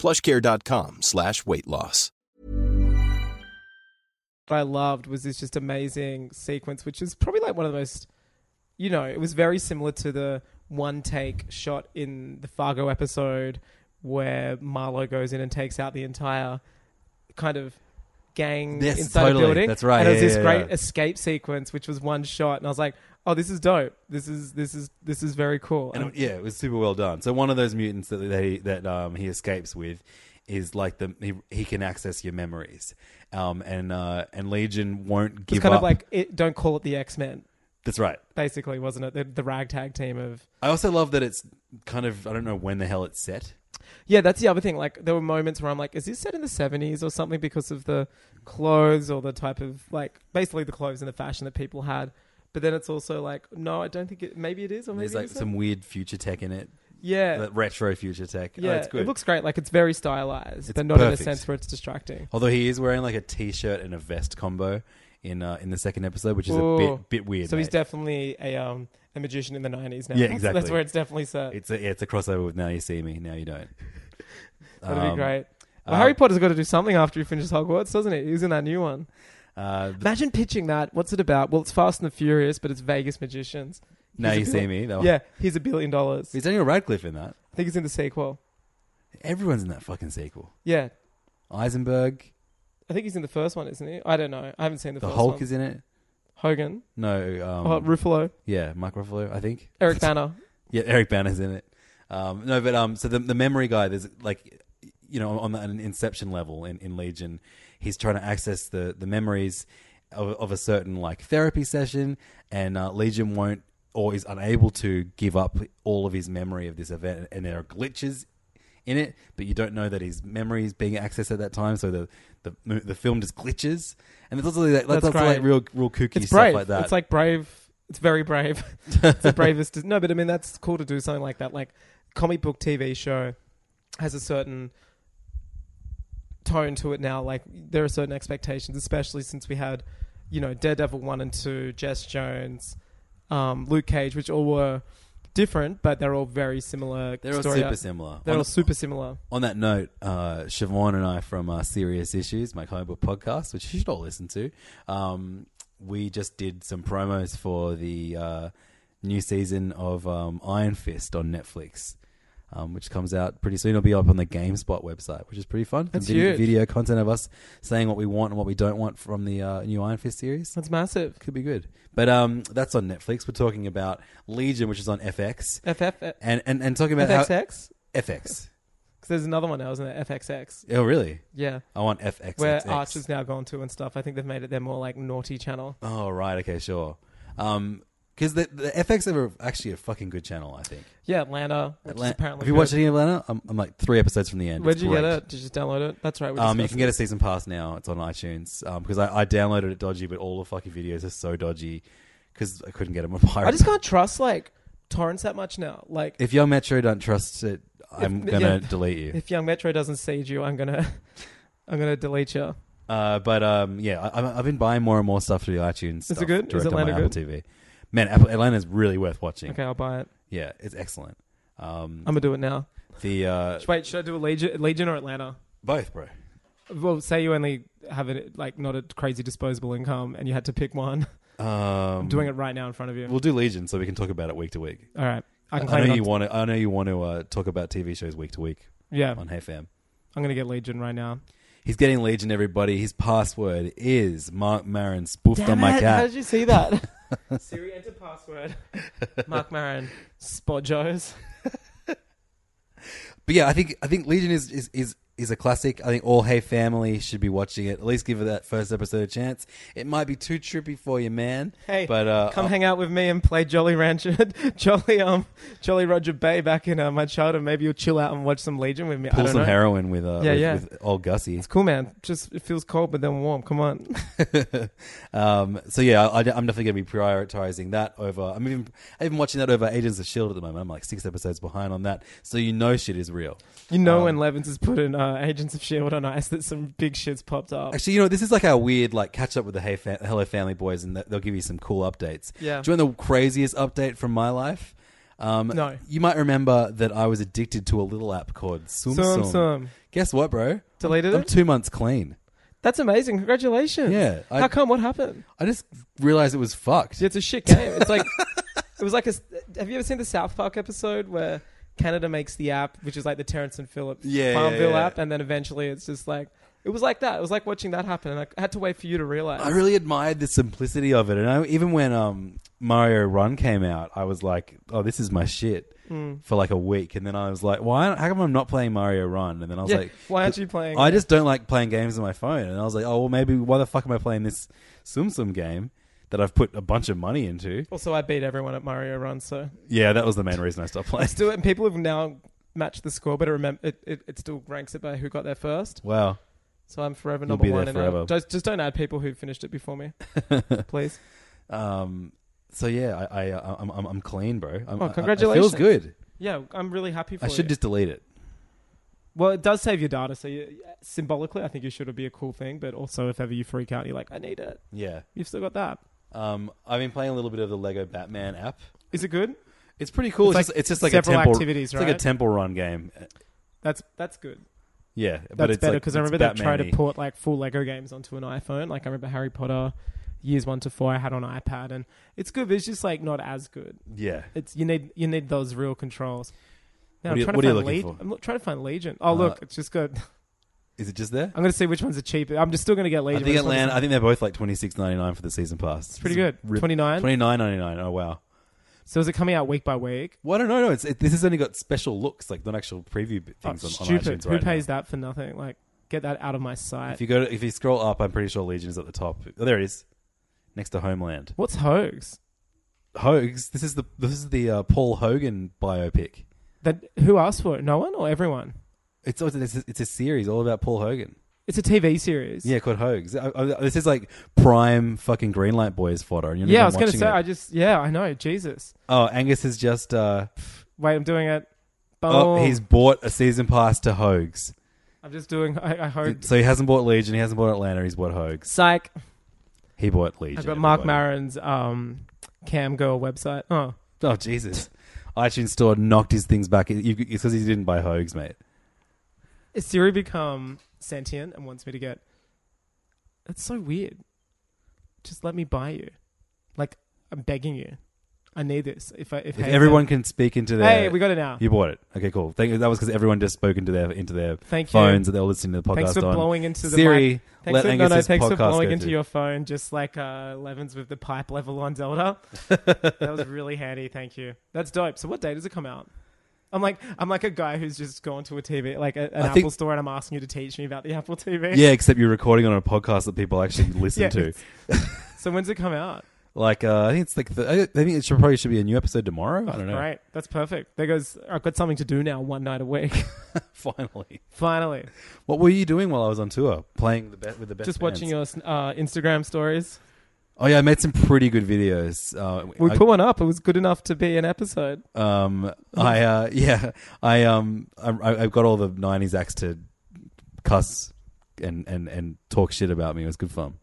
S7: plushcare.com slash weight loss.
S4: I loved was this just amazing sequence, which is probably like one of the most, you know, it was very similar to the one take shot in the Fargo episode where Marlo goes in and takes out the entire kind of gang
S3: Yes,
S4: inside
S3: totally.
S4: a building.
S3: That's right.
S4: And it was
S3: Yeah,
S4: this
S3: yeah,
S4: great
S3: yeah.
S4: escape sequence, which was one shot, and I was like, oh, this is dope. This is this is this is very cool.
S3: And um, yeah, it was super well done. So one of those mutants that they, that um, he escapes with is like the he, he can access your memories, um, and uh, and Legion won't give
S4: it's kind
S3: up.
S4: of like it, don't call it the X Men,
S3: That's right.
S4: basically, wasn't it? The, the ragtag team of
S3: I also love that it's kind of I don't know when the hell it's set.
S4: Yeah, that's the other thing. Like, there were moments where I'm like, is this set in the 70s or something because of the clothes or the type of, like, basically the clothes and the fashion that people had. But then it's also like, no, I don't think it, maybe it is or maybe
S3: There's
S4: it's
S3: like some weird future tech in it,
S4: Yeah.
S3: like retro future tech.
S4: yeah,
S3: oh, it's good.
S4: it looks great. Like, it's very stylized,
S3: It's
S4: but not
S3: perfect. Oh,
S4: in a sense where it's distracting.
S3: Although he is wearing like a t-shirt and a vest combo in uh, in the second episode, which is
S4: Ooh.
S3: a bit bit weird.
S4: So he's
S3: mate.
S4: definitely a, um, a magician in the 90s now.
S3: Yeah,
S4: So
S3: exactly.
S4: that's where it's definitely set.
S3: it's a, yeah, it's a crossover with now you see me, now you don't.
S4: That'd
S3: Um,
S4: be great.
S3: um,
S4: Well, Harry Potter's got to do something after he finishes Hogwarts, doesn't he? He's in that new one.
S3: Uh,
S4: Imagine pitching that. What's it about? Well, it's Fast and the Furious, but it's Vegas magicians.
S3: now
S4: He's
S3: you
S4: a
S3: see
S4: bill-
S3: me. That
S4: Yeah, he's a billion dollars.
S3: Is Daniel Radcliffe in that?
S4: I think he's in the sequel.
S3: Everyone's in that fucking sequel.
S4: Yeah,
S3: Eisenberg,
S4: I think he's in the first one, isn't he? I don't know. I haven't seen the,
S3: the
S4: first
S3: Hulk
S4: one.
S3: is in it.
S4: Hogan,
S3: No, um,
S4: oh, Ruffalo,
S3: yeah, Mark Ruffalo, I think.
S4: Eric Banner.
S3: Yeah, Eric Banner's in it. Um, no, but um, so the the memory guy, there's like, you know, on an Inception level in, in Legion, he's trying to access the the memories of, of a certain like therapy session, and uh, Legion won't or is unable to give up all of his memory of this event, and there are glitches in it, but you don't know that his memory is being accessed at that time, so the the, mo- the film just glitches, and it's also like, that's,
S4: That's
S3: also, like
S4: great.
S3: real real kooky
S4: It's
S3: stuff
S4: brave.
S3: like that.
S4: It's like brave. It's very brave. it's the bravest. No, but I mean that's cool to do something like that. Like comic book TV show has a certain tone to it now. Like there are certain expectations, especially since we had, you know, Daredevil one and two, Jess Jones, um, Luke Cage, which all were different, but they're all very similar.
S3: They're all
S4: story
S3: super
S4: arcs.
S3: similar.
S4: They're
S3: On-
S4: all super similar.
S3: On that note, uh, Siobhan and I from uh, Serious Issues, my comic book podcast, which you should all listen to, um, we just did some promos for the uh, new season of um, Iron Fist on Netflix, um, which comes out pretty soon. It'll be up on the GameSpot website, which is pretty fun. Some
S4: That's
S3: video,
S4: huge.
S3: video content of us saying what we want and what we don't want from the uh, new Iron Fist series.
S4: That's massive.
S3: Could be good. But um, that's on Netflix. We're talking about Legion, which is on FX.
S4: FF
S3: and and, and talking about how-
S4: FXX?
S3: FX.
S4: Because there's another one now, isn't there? FXX.
S3: Oh, really?
S4: Yeah.
S3: I want FXX.
S4: Where Arch is now gone to and stuff. I think they've made it their more like naughty channel.
S3: Oh right, okay, sure. Um, because the, the FX are actually a fucking good channel, I think.
S4: Yeah, Atlanta. Which
S3: Atlan-
S4: is apparently
S3: Have you
S4: good.
S3: watched any of Atlanta? I'm, I'm like three episodes from the end.
S4: Where'd
S3: It's
S4: you get
S3: great.
S4: it? Did you just download it? That's right. we
S3: Um, you
S4: discussed
S3: can get a
S4: this.
S3: season pass now. It's on iTunes because I, I downloaded it dodgy, but all the fucking videos are so dodgy because I couldn't get them on pirate.
S4: I just can't trust like torrents that much now. Like
S3: if Young Metro don't trust it, I'm
S4: if-
S3: gonna
S4: yeah,
S3: delete you.
S4: If Young Metro doesn't seed you, I'm gonna I'm gonna delete you.
S3: Uh, but um, yeah, I, I've- I've been buying more and more stuff through iTunes.
S4: it
S3: stuff
S4: good? Is
S3: Direct on
S4: Atlanta
S3: my Apple
S4: good?
S3: TV. Man, Apple, Atlanta's really worth watching.
S4: Okay, I'll buy it.
S3: Yeah, it's excellent. Um,
S4: I'm gonna do it now.
S3: The uh,
S4: Wait, should I do a Legion, Legion or Atlanta?
S3: Both, bro.
S4: Well, say you only have it like not a crazy disposable income, and you had to pick one.
S3: um,
S4: I'm doing it right now in front of you.
S3: We'll do Legion so we can talk about it week to week.
S4: All right. I
S3: I,
S4: can
S3: I
S4: claim
S3: know
S4: not
S3: you
S4: to-
S3: want to. I know you want to uh, talk about TV shows week to week.
S4: Yeah.
S3: on HeyFam.
S4: I'm gonna get Legion right now.
S3: He's getting Legion, everybody. His password is Mark Maron spoofed
S4: Damn
S3: on my
S4: it,
S3: cat.
S4: How did you see that? Siri enter password. Mark Maron. Spodjos.
S3: But yeah, I think I think Legion is is is, is a classic. I think all Hey Family should be watching it. At least give it that first episode a chance. It might be too trippy for you, man.
S4: Hey,
S3: but uh,
S4: come
S3: I'll-
S4: hang out with me and play Jolly Rancher, Jolly um, Jolly Roger Bay back in uh, my childhood. Maybe you'll chill out and watch some Legion with me. I
S3: pull
S4: don't
S3: some
S4: know.
S3: heroin with uh,
S4: yeah,
S3: with,
S4: yeah.
S3: with old Gussie.
S4: it's cool, man. Just it feels cold, but then warm. Come on.
S3: um, so yeah, I, am definitely going to be prioritizing that over. I'm even I'm even watching that over Agents of Shield E at the moment. I'm like six episodes behind on that. So you know shit is real.
S4: You
S3: Um,
S4: know when Levins has put in uh, Agents of Shield on ice that some big shits popped up.
S3: Actually, you know, this is like our weird like catch up with the hey fa- Hello Family Boys, and th- they'll give you some cool updates.
S4: Yeah.
S3: Do you want the craziest update from my life? Um,
S4: No.
S3: You might remember that I was addicted to a little app called Sum
S4: Sum
S3: Sum.
S4: Sum.
S3: Guess what, bro?
S4: Deleted
S3: I'm,
S4: it?
S3: I'm two months clean.
S4: That's amazing. Congratulations.
S3: Yeah, I-
S4: How come? What happened?
S3: I just realized it was fucked.
S4: It's a shit game. It's like it was like a. Have you ever seen the South Park episode where Canada makes the app, which is like the Terrence and Phillip
S3: Yeah, yeah,
S4: Farmville
S3: yeah.
S4: app, and then eventually it's just like it was like that. It was like watching that happen, and I had to wait for you to realize.
S3: I really admired the simplicity of it, and I, even when um, Mario Run came out, I was like, "Oh, this is my shit."
S4: Mm.
S3: For like a week, and then I was like, "Why? How come I'm not playing Mario Run?" And then I was
S4: Yeah,
S3: like,
S4: why aren't you playing
S3: I
S4: it?
S3: just don't like playing games on my phone." And I was like, "Oh, well, maybe why the fuck am I playing this Sum Sum game that I've put a bunch of money into?"
S4: Also, I beat everyone at Mario Run, so
S3: Yeah, that was the main reason I stopped
S4: I
S3: playing.
S4: still. And people have now matched the score, but I remember it, it, it still ranks it by who got there first.
S3: Wow.
S4: So I'm forever
S3: You'll
S4: number
S3: be there
S4: one. in that.
S3: forever.
S4: Just, just don't add people who finished it before me, please.
S3: Um, so yeah, I, I uh, I'm, I'm I'm clean, bro. I'm, I- I-
S4: oh, congratulations!
S3: It feels good.
S4: Yeah, I'm really happy for
S3: I
S4: you.
S3: should just delete it.
S4: Well, it does save your data, so you, symbolically, I think it should be a cool thing. But also, if ever you freak out, you're like, I need it.
S3: Yeah.
S4: You've still got that.
S3: Um, I've been playing a little bit of the Lego Batman app.
S4: Is it good?
S3: It's pretty cool. It's,
S4: It's
S3: just,
S4: like
S3: it's just like
S4: several
S3: a temple.
S4: activities,
S3: it's like
S4: right?
S3: a temple run game. Uh,
S4: That's that's good.
S3: Yeah,
S4: that's
S3: but it's
S4: better
S3: like-
S4: because I
S3: it's
S4: remember they tried to
S3: Batman-y.
S4: port like full Lego games onto an iPhone. Like I remember Harry Potter years one to four, I had on iPad, and it's good, but it's just like not as good.
S3: Yeah.
S4: it's you need you need those real controls. Now
S3: What
S4: I'm
S3: are you-
S4: trying
S3: what
S4: to
S3: are you
S4: find
S3: looking
S4: Legion.
S3: for? Uh,
S4: I'm look- trying to find Legion. Oh look, it's just good.
S3: Is it just there?
S4: I'm gonna see which one's the cheapest. I'm just still gonna get
S3: I
S4: Legion.
S3: think
S4: but I just wanna
S3: Atlanta.
S4: see-
S3: I think they're both like twenty six ninety nine for the season pass. It's
S4: pretty good. 29?
S3: Twenty nine ninety nine. Oh wow.
S4: So is it coming out week by week?
S3: Well, I don't know. No, it's it, this has only got special looks, like not actual preview b-
S4: Oh,
S3: things on, on
S4: stupid.
S3: iTunes
S4: Who
S3: right now.
S4: pays that for nothing? Like, get that out of my sight.
S3: If you go, to, if you scroll up, I'm pretty sure Legion is at the top. Oh, there it is, next to Homeland.
S4: What's Hoax?
S3: Hoax. This is the this is the uh, Paul Hogan biopic.
S4: That who asked for it? No one or everyone?
S3: It's it's a, it's a series all about Paul Hogan.
S4: It's a TV series.
S3: Yeah, called Hoax. I, I, this is like prime fucking Greenlight Boys fodder. And you're not
S4: yeah,
S3: even
S4: I was gonna
S3: watching
S4: say.
S3: it.
S4: I just yeah, I know. Jesus.
S3: Oh, Angus is just. Uh,
S4: Wait, I'm doing it. Boom.
S3: oh, he's bought a season pass to Hoax.
S4: I'm just doing. I, I hope.
S3: So he hasn't bought Legion. He hasn't bought Atlanta. He's bought Hoax.
S4: Psych.
S3: He bought
S4: I've
S3: Legion.
S4: got Mark
S3: everybody.
S4: Maron's um, cam girl website. Oh,
S3: Oh Jesus. iTunes store, knocked his things back. It- you- It's because he didn't buy Hoags, mate.
S4: Is Siri become sentient and wants me to get? That's so weird. Just let me buy you. Like I'm begging you. I need this. If I if,
S3: If
S4: Hey
S3: everyone
S4: Fam-
S3: can speak into their,
S4: Hey, we got it now.
S3: You bought it. Okay, cool. Thank you. That was because everyone just spoke into their into their
S4: Thank you.
S3: phones that they were listening to the podcast.
S4: Thanks for
S3: on.
S4: blowing into the
S3: Siri.
S4: mic. Thanks
S3: let
S4: for, no,
S3: Angus's
S4: no, thanks
S3: podcast
S4: for blowing
S3: go
S4: into
S3: through.
S4: your phone, just like uh, Levens with the pipe level on Zelda. that was really handy. Thank you. That's dope. So, what day does it come out? I'm like I'm like a guy who's just gone to a TV, like a, an
S3: I
S4: Apple
S3: think-
S4: store, and I'm asking you to teach me about the Apple TV.
S3: Yeah, except you're recording on a podcast that people actually listen
S4: Yeah,
S3: to.
S4: it's- so when's it come out?
S3: Like, uh, I think it's like the, I think it should probably should be a new episode tomorrow. I don't know.
S4: Right, that's perfect. There goes. I've got something to do now. One night a week.
S3: Finally.
S4: Finally.
S3: What were you doing while I was on tour? Playing the bet with the best.
S4: just
S3: bands.
S4: watching your uh, Instagram stories.
S3: Oh yeah, I made some pretty good videos. Uh,
S4: We
S3: I-
S4: put one up. It was good enough to be an episode.
S3: Um, I uh, yeah, I um, I- I, I've got all the '90s acts to cuss and and and talk shit about me. It was good fun.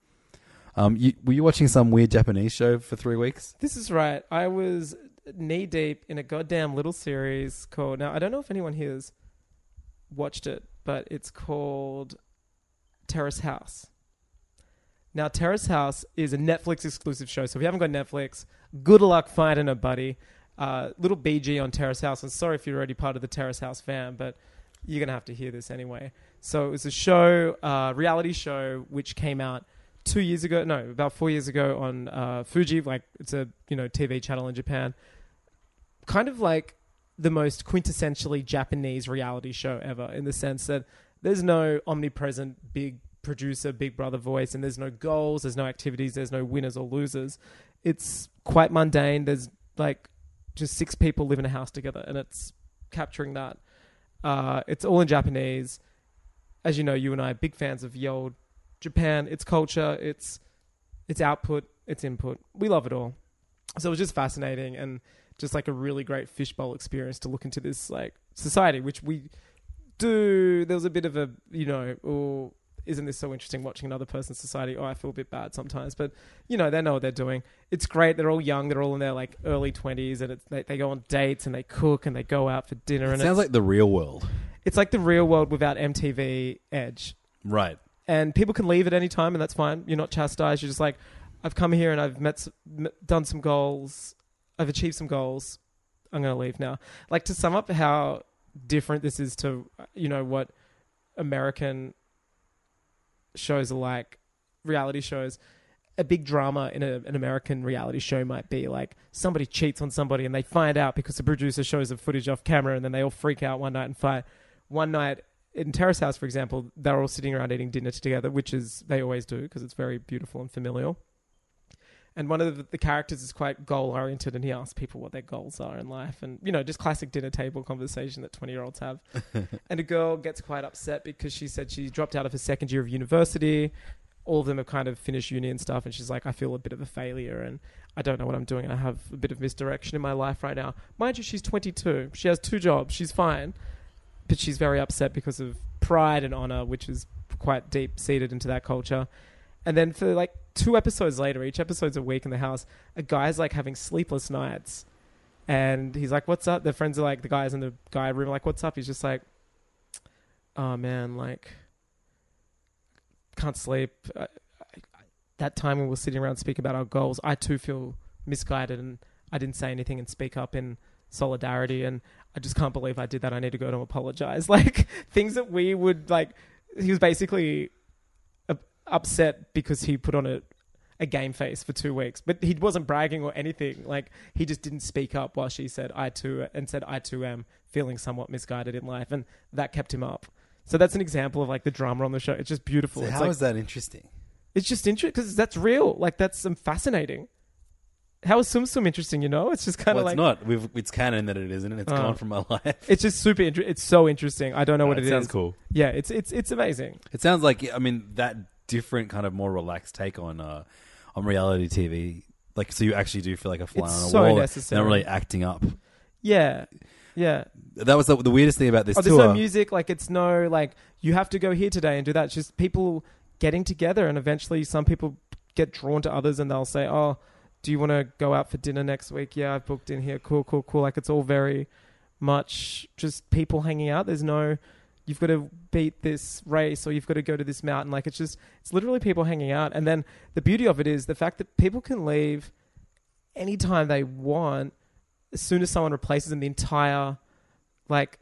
S3: Um, you, were you watching some weird Japanese show for three weeks?
S4: This is right. I was knee deep in a goddamn little series called. Now I don't know if anyone here's watched it, but it's called Terrace House. Now Terrace House is a Netflix exclusive show, so if you haven't got Netflix, good luck finding a buddy. Uh, little BG on Terrace House. I'm sorry if you're already part of the Terrace House fam, but you're gonna have to hear this anyway. So it was a show, uh, reality show, which came out two years ago. No, about four years ago on uh, Fuji. Like it's a you know TV channel in Japan. Kind of like the most quintessentially Japanese reality show ever, in the sense that there's no omnipresent big producer, big brother voice, and there's no goals, there's no activities, there's no winners or losers. It's quite mundane. There's like just six people live in a house together, and it's capturing that. Uh, it's all in Japanese. As you know, you and I are big fans of ye olde Japan, its culture, its its output, its input. We love it all. So it was just fascinating and just like a really great fishbowl experience to look into this like society, which we do. There was a bit of a you know, oh, isn't this so interesting watching another person's society? Oh, I feel a bit bad sometimes, but you know they know what they're doing. It's great. They're all young. They're all in their like early twenties, and it's, they they go on dates and they cook and they go out for dinner.
S3: It
S4: and
S3: sounds
S4: it's-
S3: like the real world,
S4: it's like the real world without MTV edge.
S3: right?
S4: And people can leave at any time, and that's fine. You're not chastised. You're just like, I've come here and I've met, s- m- done some goals. I've achieved some goals. I'm going to leave now. Like to sum up how different this is to, you know, what American shows are like, reality shows. A big drama in a, an American reality show might be like somebody cheats on somebody and they find out because the producer shows the footage off camera and then they all freak out one night and fight. One night in Terrace House, for example, they're all sitting around eating dinner together, which is they always do because it's very beautiful and familial. And one of the, the characters is quite goal oriented, and he asks people what their goals are in life, and you know, just classic dinner table conversation that twenty year olds have. and a girl gets quite upset because she said she dropped out of her second year of university. All of them have kind of finished uni and stuff, and she's like, I feel a bit of a failure, and I don't know what I'm doing, and I have a bit of misdirection in my life right now. Mind you, she's 22. She has two jobs. She's fine, but she's very upset because of pride and honor, which is quite deep seated into that culture. And then for like two episodes later, each episode's a week in the house, a guy's like having sleepless nights. And he's like, What's up? Their friends are like, The guys in the guy room are like, What's up? He's just like, Oh man, like, can't sleep. Uh, I, I, I- that time when we were sitting around speaking about our goals, I too feel misguided and I didn't say anything and speak up in solidarity. And I just can't believe I did that. I need to go to apologize. Like, things that we would, like, he was basically up- upset because he put on a a game face for two weeks, but he wasn't bragging or anything. Like he just didn't speak up while she said "I too" and said "I too am feeling somewhat misguided in life," and that kept him up. So that's an example of like the drama on the show. It's just beautiful.
S3: So how
S4: it's
S3: is
S4: like,
S3: that interesting?
S4: It's just interesting because that's real. Like that's um, fascinating. How is Sum Sum interesting? You know, it's just kind
S3: well,
S4: of
S3: it's
S4: like
S3: not. We've, it's canon that it isn't. and It's
S4: Oh.
S3: gone from my life.
S4: It's just super. Inter- it's so interesting. I don't know
S3: No,
S4: what
S3: it
S4: it is.
S3: sounds cool.
S4: Yeah, it's it's it's amazing.
S3: It sounds like I mean that different kind of more relaxed take on uh, on reality TV. Like so, you actually do feel like a fly
S4: It's
S3: on a
S4: so
S3: wall.
S4: necessary.
S3: They're not really acting up.
S4: Yeah, yeah.
S3: That was the, the weirdest thing about this
S4: oh, there's
S3: tour.
S4: no music. Like it's no like you have to go here today and do that. It's just people getting together, and eventually some people get drawn to others, and they'll say, "Oh, do you want to go out for dinner next week? Yeah, I've booked in here. Cool, cool, cool. Like it's all very much just people hanging out. There's no, you've got to beat this race or you've got to go to this mountain. Like it's just, it's literally people hanging out. And then the beauty of it is the fact that people can leave anytime they want. As soon as someone replaces them, the entire like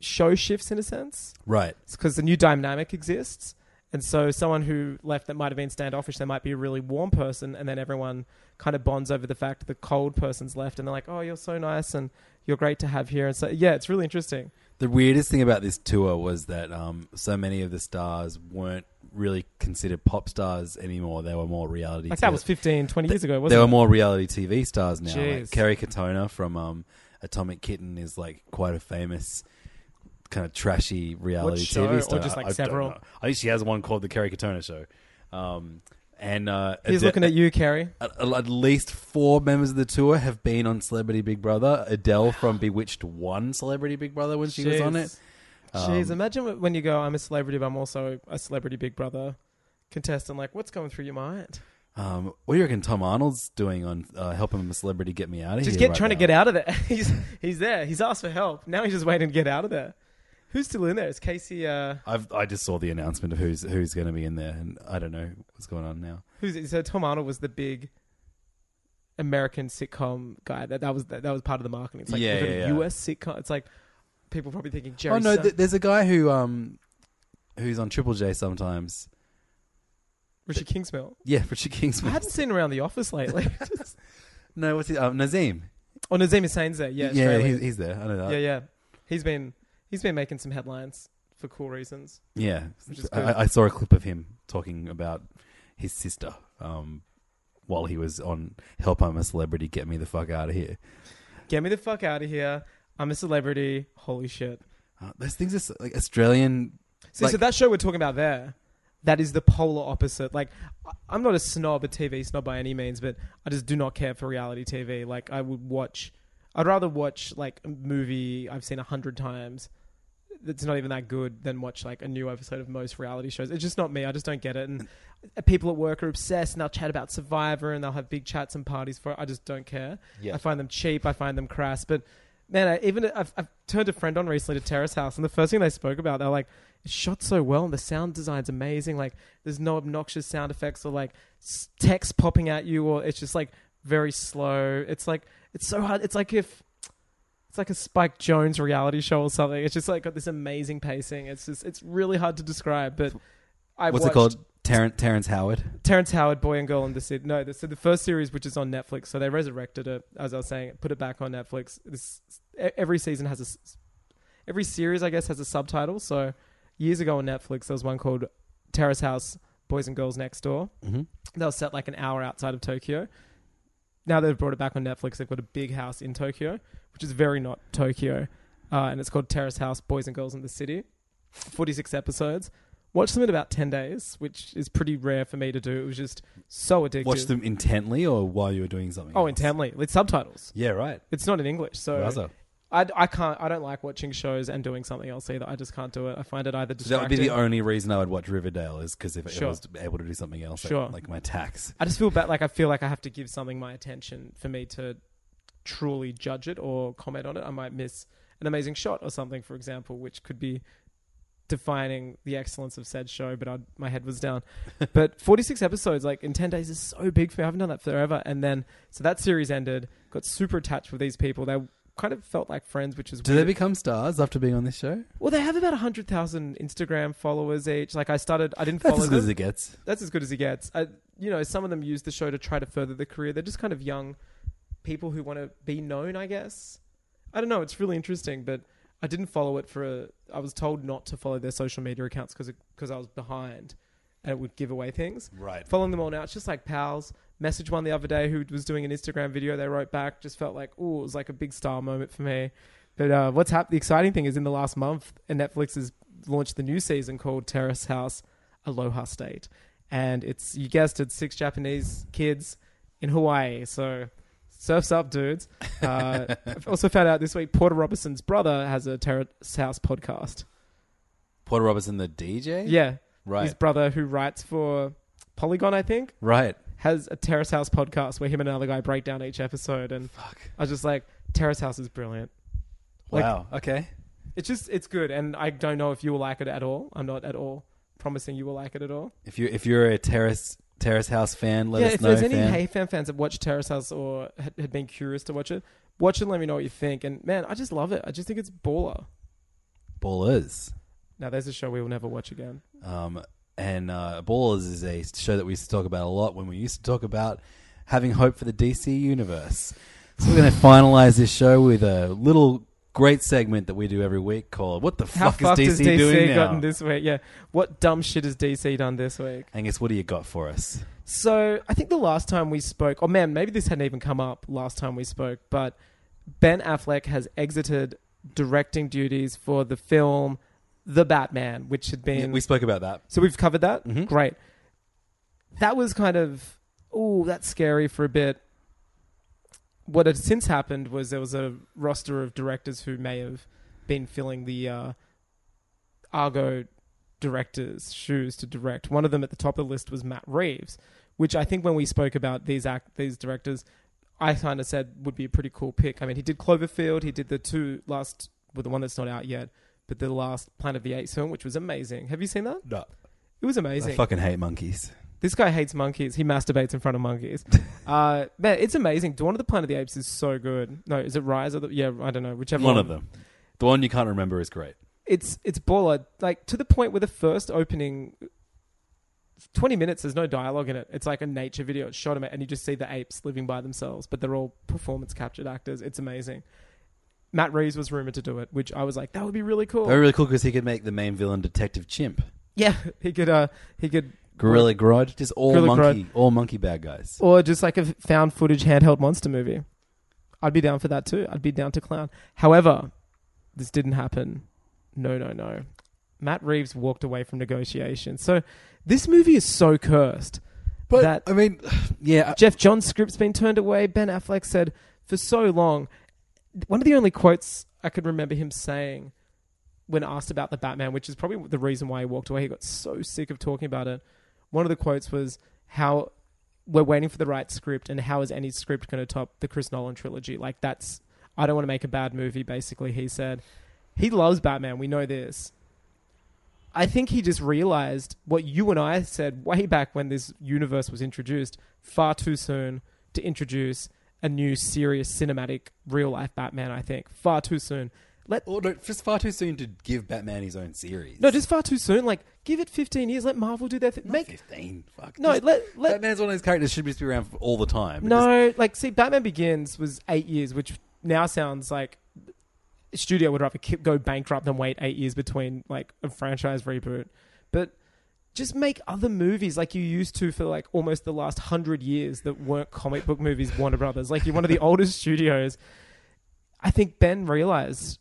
S4: show shifts in a sense.
S3: Right.
S4: Because the new dynamic exists. And so someone who left that might have been standoffish, they might be a really warm person. And then everyone kind of bonds over the fact that the cold person's left. And they're like, oh, you're so nice and you're great to have here. And so, yeah, it's really interesting.
S3: The weirdest thing about this tour was that um, so many of the stars weren't really considered pop stars anymore. They were more reality.
S4: Like that was 15, 20 years ago, wasn't
S3: They
S4: it?
S3: were more reality TV stars now.
S4: Jeez.
S3: Like Kerry Katona from um, Atomic Kitten is like quite a famous kind of trashy reality
S4: show? Or
S3: TV star.
S4: just, like,
S3: I don't
S4: several?
S3: know. I think she has one called the Kerry Katona Show. Um, and uh,
S4: He's
S3: Ade-
S4: looking at you, Kerry.
S3: At, at least four members of the tour have been on Celebrity Big Brother. Adele from Bewitched won Celebrity Big Brother when she was on it.
S4: Jeez,
S3: Um,
S4: imagine wh- when you go, I'm a celebrity, but I'm also a celebrity Big Brother contestant. Like, what's going through your mind?
S3: Um, what do you reckon Tom Arnold's doing on uh, helping a celebrity get me out of
S4: Just
S3: here?
S4: get trying to get out of there. he's he's there. He's asked for help. Now he's just waiting to get out of there. Who's still in there? It's Casey. Uh,
S3: I've I just saw the announcement of who's who's going to be in there, and I don't know what's going on now.
S4: who's so Tom Arnold was the big American sitcom guy. That that was that, that was part of the marketing. It's like
S3: Yeah,
S4: we've got
S3: yeah,
S4: a
S3: yeah.
S4: U.S. sitcom. It's like people probably thinking Jerry.
S3: oh no,
S4: Seinfeld.
S3: th- there's a guy who um who's on Triple J sometimes.
S4: Richard Kingsmill.
S3: Yeah, Richard Kingsman.
S4: I hadn't seen around the office lately.
S3: no, what's he? Um, Nazim.
S4: oh, Nazim Hussein's there. Yeah,
S3: yeah,
S4: Australian.
S3: he's, he's there. I know that.
S4: Yeah, yeah. He's been he's been making some headlines for cool reasons.
S3: Yeah.
S4: Which is good.
S3: I, I saw a clip of him talking about his sister um, while he was on Help I'm a Celebrity, Get Me the Fuck Out of Here.
S4: Get me the fuck out of here. I'm a celebrity. Holy shit.
S3: Uh, those things are so, like Australian.
S4: See, so
S3: like-
S4: that show we're talking about there, that is the polar opposite. Like, I- I'm not a snob, a TV snob by any means, but I just do not care for reality TV. Like, I would watch, I'd rather watch like a movie I've seen a hundred times that's not even that good than watch like a new episode of most reality shows. It's just not me. I just don't get it. And people at work are obsessed and they'll chat about Survivor and they'll have big chats and parties for it. I just don't care.
S3: Yeah.
S4: I find them cheap. I find them crass. But man, I, even I've, I've turned a friend on recently to Terrace House and the first thing they spoke about, they're like, it's shot so well and the sound design's amazing. Like there's no obnoxious sound effects or like s- text popping at you or it's just like very slow. It's like, it's so hard. It's like if, it's like a Spike Jones reality show or something. It's just like got this amazing pacing. It's just it's really hard to describe, but I
S3: what's
S4: watched
S3: it called? Terrence, Terrence Howard.
S4: Terrence Howard, Boy and Girl in the City. No, the, so the first series, which is on Netflix, so they resurrected it. As I was saying, put it back on Netflix. This e- every season has a s- every series, I guess, has a subtitle. So years ago on Netflix, there was one called Terrace House, Boys and Girls Next Door.
S3: Mhm.
S4: That was set like an hour outside of Tokyo. Now they've brought it back on Netflix. They've got a big house in Tokyo, which is very not Tokyo, uh, and it's called Terrace House, Boys and Girls in the City. Forty-six episodes. Watched them in about ten days, which is pretty rare for me to do. It was just so addictive.
S3: Watch them intently or while you were doing something.
S4: Oh,
S3: else?
S4: intently. It's subtitles.
S3: Yeah, right.
S4: It's not in English, so
S3: Wowza.
S4: I, I can't. I don't like watching shows and doing something else either. I just can't do it. I find it either
S3: So that would be
S4: distracting.
S3: the only reason I would watch Riverdale is because if
S4: Sure.
S3: I was able to do something else, like-
S4: Sure.
S3: like, my tax.
S4: I just feel bad. Like I feel like I have to give something my attention for me to truly judge it or comment on it. I might miss an amazing shot or something, for example, which could be defining the excellence of said show. But I'd, my head was down. but forty-six episodes, like in ten days, is so big for me. I haven't done that forever. And then so that series ended. Got super attached with these people. They kind of felt like friends, which is
S3: Do they
S4: weird.
S3: become stars after being on this show?
S4: Well, they have about 100,000 Instagram followers each. Like, I started, I didn't
S3: That's
S4: follow
S3: as good as
S4: them.
S3: it gets.
S4: That's as good as it gets. I, you know, some of them use the show to try to further their career. They're just kind of young people who want to be known, I guess. I don't know. It's really interesting, but I didn't follow it for a. I was told not to follow their social media accounts because I was behind and it would give away things.
S3: Right.
S4: Following them all now, it's just like pals. Message one the other day who was doing an Instagram video. They wrote back, just felt like, oh, it was like a big star moment for me. But uh, what's happened? The exciting thing is in the last month, and Netflix has launched the new season called Terrace House Aloha State, and it's you guessed it, six Japanese kids in Hawaii. So surfs up, dudes. Uh, I've also found out this week Porter Robinson's brother has a Terrace House podcast.
S3: Porter Robertson, the DJ.
S4: Yeah.
S3: Right.
S4: His brother who writes for Polygon, I think.
S3: Right.
S4: has a Terrace House podcast where him and another guy break down each episode, and I was just like, Terrace House is brilliant. Like,
S3: Wow, okay.
S4: It's just it's good, and I don't know if you will like it at all. I'm not at all promising you will like it at all.
S3: If you if you're a terrace terrace house fan, let
S4: yeah,
S3: us
S4: if
S3: know.
S4: there's any
S3: fan.
S4: Hey Fan fans that watched Terrace House or had, had been curious to watch it, watch it. and Let me know what you think. And man, I just love it. I just think it's baller.
S3: Ballers.
S4: Now there's a show we will never watch again.
S3: Um, and uh, Ballers is a show that we used to talk about a lot when we used to talk about having hope for the DC universe. So we're going to finalize this show with a little great segment that we do every week called "What the
S4: How
S3: fuck
S4: fucked
S3: is
S4: has
S3: DC, doing
S4: gotten
S3: now?"
S4: this week? Yeah, what dumb shit has DC done this week?
S3: Angus, what do you got for us?
S4: So I think the last time we spoke, or man, maybe this hadn't even come up last time we spoke, but Ben Affleck has exited directing duties for the film The Batman, which had been
S3: Yeah, we spoke about that.
S4: So we've covered that. Great. That was kind of oh, that's scary for a bit. What had since happened was there was a roster of directors who may have been filling the uh, Argo directors' shoes to direct. One of them at the top of the list was Matt Reeves, which I think when we spoke about these act these directors, I kind of said would be a pretty cool pick. I mean, he did Cloverfield, he did the two last, well, the one that's not out yet, but the last Planet of the Apes film, which was amazing. Have you seen that?
S3: No.
S4: It was amazing.
S3: I fucking hate monkeys.
S4: This guy hates monkeys. He masturbates in front of monkeys. uh, man, it's amazing. Dawn of the Planet of the Apes is so good. No, is it Rise? Or the, yeah, I don't know. Whichever
S3: One of them. The one you can't remember is great.
S4: it's it's baller. Like to the point where the first opening twenty minutes, there's no dialogue in it. It's like a nature video. It's shot, and you just see the apes living by themselves, but they're all performance captured actors. It's amazing. Matt Reeves was rumored to do it, which I was like, that would be really cool.
S3: They're really cool because he could make the main villain Detective Chimp,
S4: yeah, he could. Uh, he could.
S3: Gorilla Grodd, just all
S4: Gorilla
S3: monkey, all monkey bad guys.
S4: or just like a found footage handheld monster movie. I'd be down for that too. I'd be down to clown. However, this didn't happen. No, no, no. Matt Reeves walked away from negotiations. So this movie is so cursed.
S3: But, I mean, yeah.
S4: Jeff John's script's been turned away. Ben Affleck said for so long. One of the only quotes I could remember him saying when asked about the Batman, which is probably the reason why he walked away. He got so sick of talking about it. One of the quotes was how we're waiting for the right script, and how is any script going to top the Chris Nolan trilogy? Like that's I don't want to make a bad movie. Basically, he said he loves Batman. We know this. I think he just realized what you and I said way back when this universe was introduced far too soon to introduce a new serious cinematic real life Batman. I think far too soon. Let
S3: Or no, just far too soon to give Batman his own series.
S4: no, just far too soon. Like, give it 15 years. Let Marvel do their thing. Make
S3: fifteen. Fuck.
S4: No,
S3: Just-
S4: let- let-
S3: Batman's one of these characters should just be around for all the time. It just-
S4: no, like, see, Batman Begins was eight years, which now sounds like studio would rather ki- go bankrupt than wait eight years between like a franchise reboot. But just make other movies like you used to for like almost the last hundred years that weren't comic book movies. Warner Brothers, like you're one of the oldest studios. I think Ben realized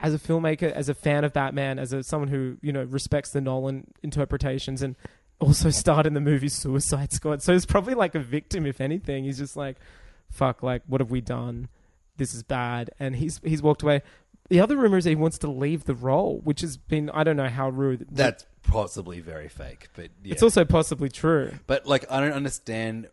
S4: as a filmmaker, as a fan of Batman, as a someone who you know respects the Nolan interpretations, and also starred in the movie Suicide Squad, so he's probably like a victim, if anything. He's just like, "Fuck! Like, what have we done? This is bad." And he's he's walked away. The other rumor is that he wants to leave the role, which has been I don't know how rude.
S3: that's possibly very fake. But yeah.
S4: it's also possibly true.
S3: But like, I don't understand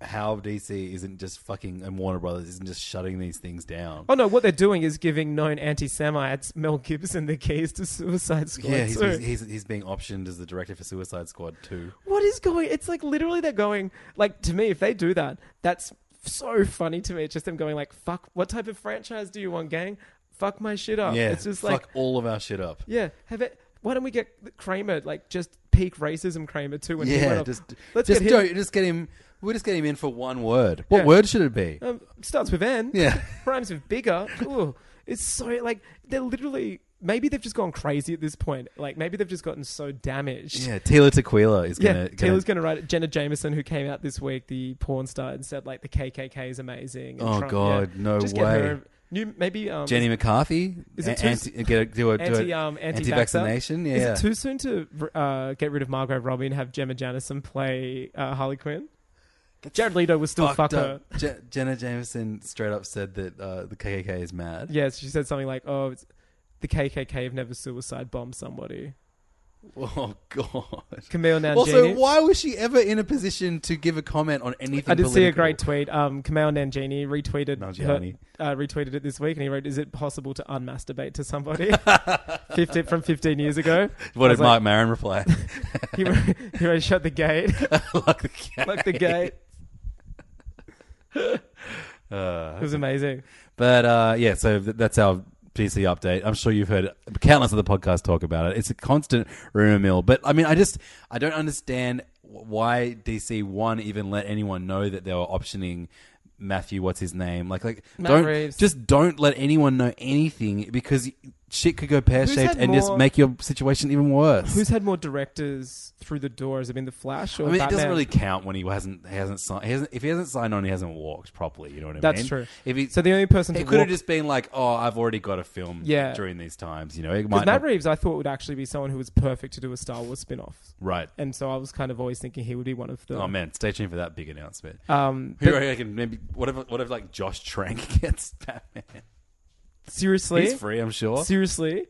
S3: how DC isn't just fucking and Warner Brothers isn't just shutting these things down.
S4: Oh no, what they're doing is giving known anti-Semites Mel Gibson the keys to Suicide Squad.
S3: yeah, he's,
S4: too.
S3: he's, he's he's being optioned as the director for Suicide Squad too.
S4: what is going it's like literally they're going like to me if they do that that's so funny to me it's just them going like fuck what type of franchise do you want gang fuck my shit up
S3: yeah,
S4: it's just
S3: fuck
S4: like
S3: all of our shit up.
S4: yeah have it why don't we get Kramer like just peak racism Kramer too when he
S3: yeah,
S4: went up.
S3: just
S4: let's
S3: just
S4: get him
S3: don't- just get him. We'll just get him in for one word. What
S4: Yeah.
S3: word should it be?
S4: um, starts with N
S3: Yeah.
S4: rhymes with bigger Ooh, it's so like they're literally maybe they've just gone crazy at this point like maybe they've just gotten so damaged
S3: Yeah, Taylor Tequila is
S4: Yeah,
S3: gonna.
S4: Taylor's going to write it. Jenna Jameson, who came out this week, the porn star, and said like the KKK is amazing. and
S3: Oh,
S4: Trump-
S3: God,
S4: yeah.
S3: no
S4: Just
S3: way.
S4: Get her, new, maybe um,
S3: Jenny McCarthy
S4: Is it
S3: A-
S4: too
S3: anti, uh, get a, do a, do a
S4: anti um, anti
S3: anti-vaccination? Yeah,
S4: Is it too soon to uh, get rid of Margot Robbie and have Gemma Janison play uh, Harley Quinn? Jared Leto was still fuck
S3: fucked
S4: her.
S3: up. Je- Jenna Jameson straight up said that uh, the KKK is mad.
S4: Yes, she said something like, "Oh, it's, the KKK have never suicide bombed somebody."
S3: Oh God,
S4: Camille
S3: Also,
S4: Nanjini.
S3: why was she ever in a position to give a comment on anything?
S4: I did see a
S3: political?
S4: great tweet. Um, Kamal Nanjini retweeted
S3: Nanjiani.
S4: her- uh, retweeted it this week, and he wrote, "Is it possible to unmasturbate to somebody?" 15, from fifteen years ago.
S3: What
S4: I
S3: did
S4: was
S3: Mark
S4: like-
S3: Maron reply?
S4: he, wrote, he wrote, "Shut the gate."
S3: Lock the gate.
S4: Lock the gate.
S3: Uh,
S4: It was amazing.
S3: But uh, yeah, so th- that's our PC update. I'm sure you've heard countless of the podcast talk about it. It's a constant rumor mill. But I mean, I just I don't understand wh- why DC one even let anyone know that they were optioning Matthew. What's his name? Like like
S4: Matt
S3: don't
S4: Reeves.
S3: just don't let anyone know anything because shit could go pear shaped
S4: had
S3: and just
S4: more-
S3: make your situation even worse.
S4: Who's had more directors through the door? Has it been The Flash
S3: I
S4: or
S3: mean, it doesn't
S4: Batman?
S3: really count when he hasn't he hasn't signed. He hasn't, if he hasn't signed on, he hasn't walked properly. You know what I
S4: That's
S3: mean?
S4: true.
S3: If he,
S4: So the only person
S3: it
S4: to
S3: could have
S4: walk-
S3: just been like, oh, I've already got a film.
S4: Yeah.
S3: during these times, you know, it might
S4: Because
S3: not-
S4: Matt Reeves, I thought would actually be someone who was perfect to do a Star Wars spin-off.
S3: Right.
S4: And so I was kind of always thinking he would be one of the.
S3: Oh man, stay tuned for that big announcement.
S4: Um,
S3: Who do
S4: but-
S3: I reckon maybe what if what if like Josh Trank gets Batman?
S4: Seriously,
S3: He's free, I'm sure.
S4: Seriously,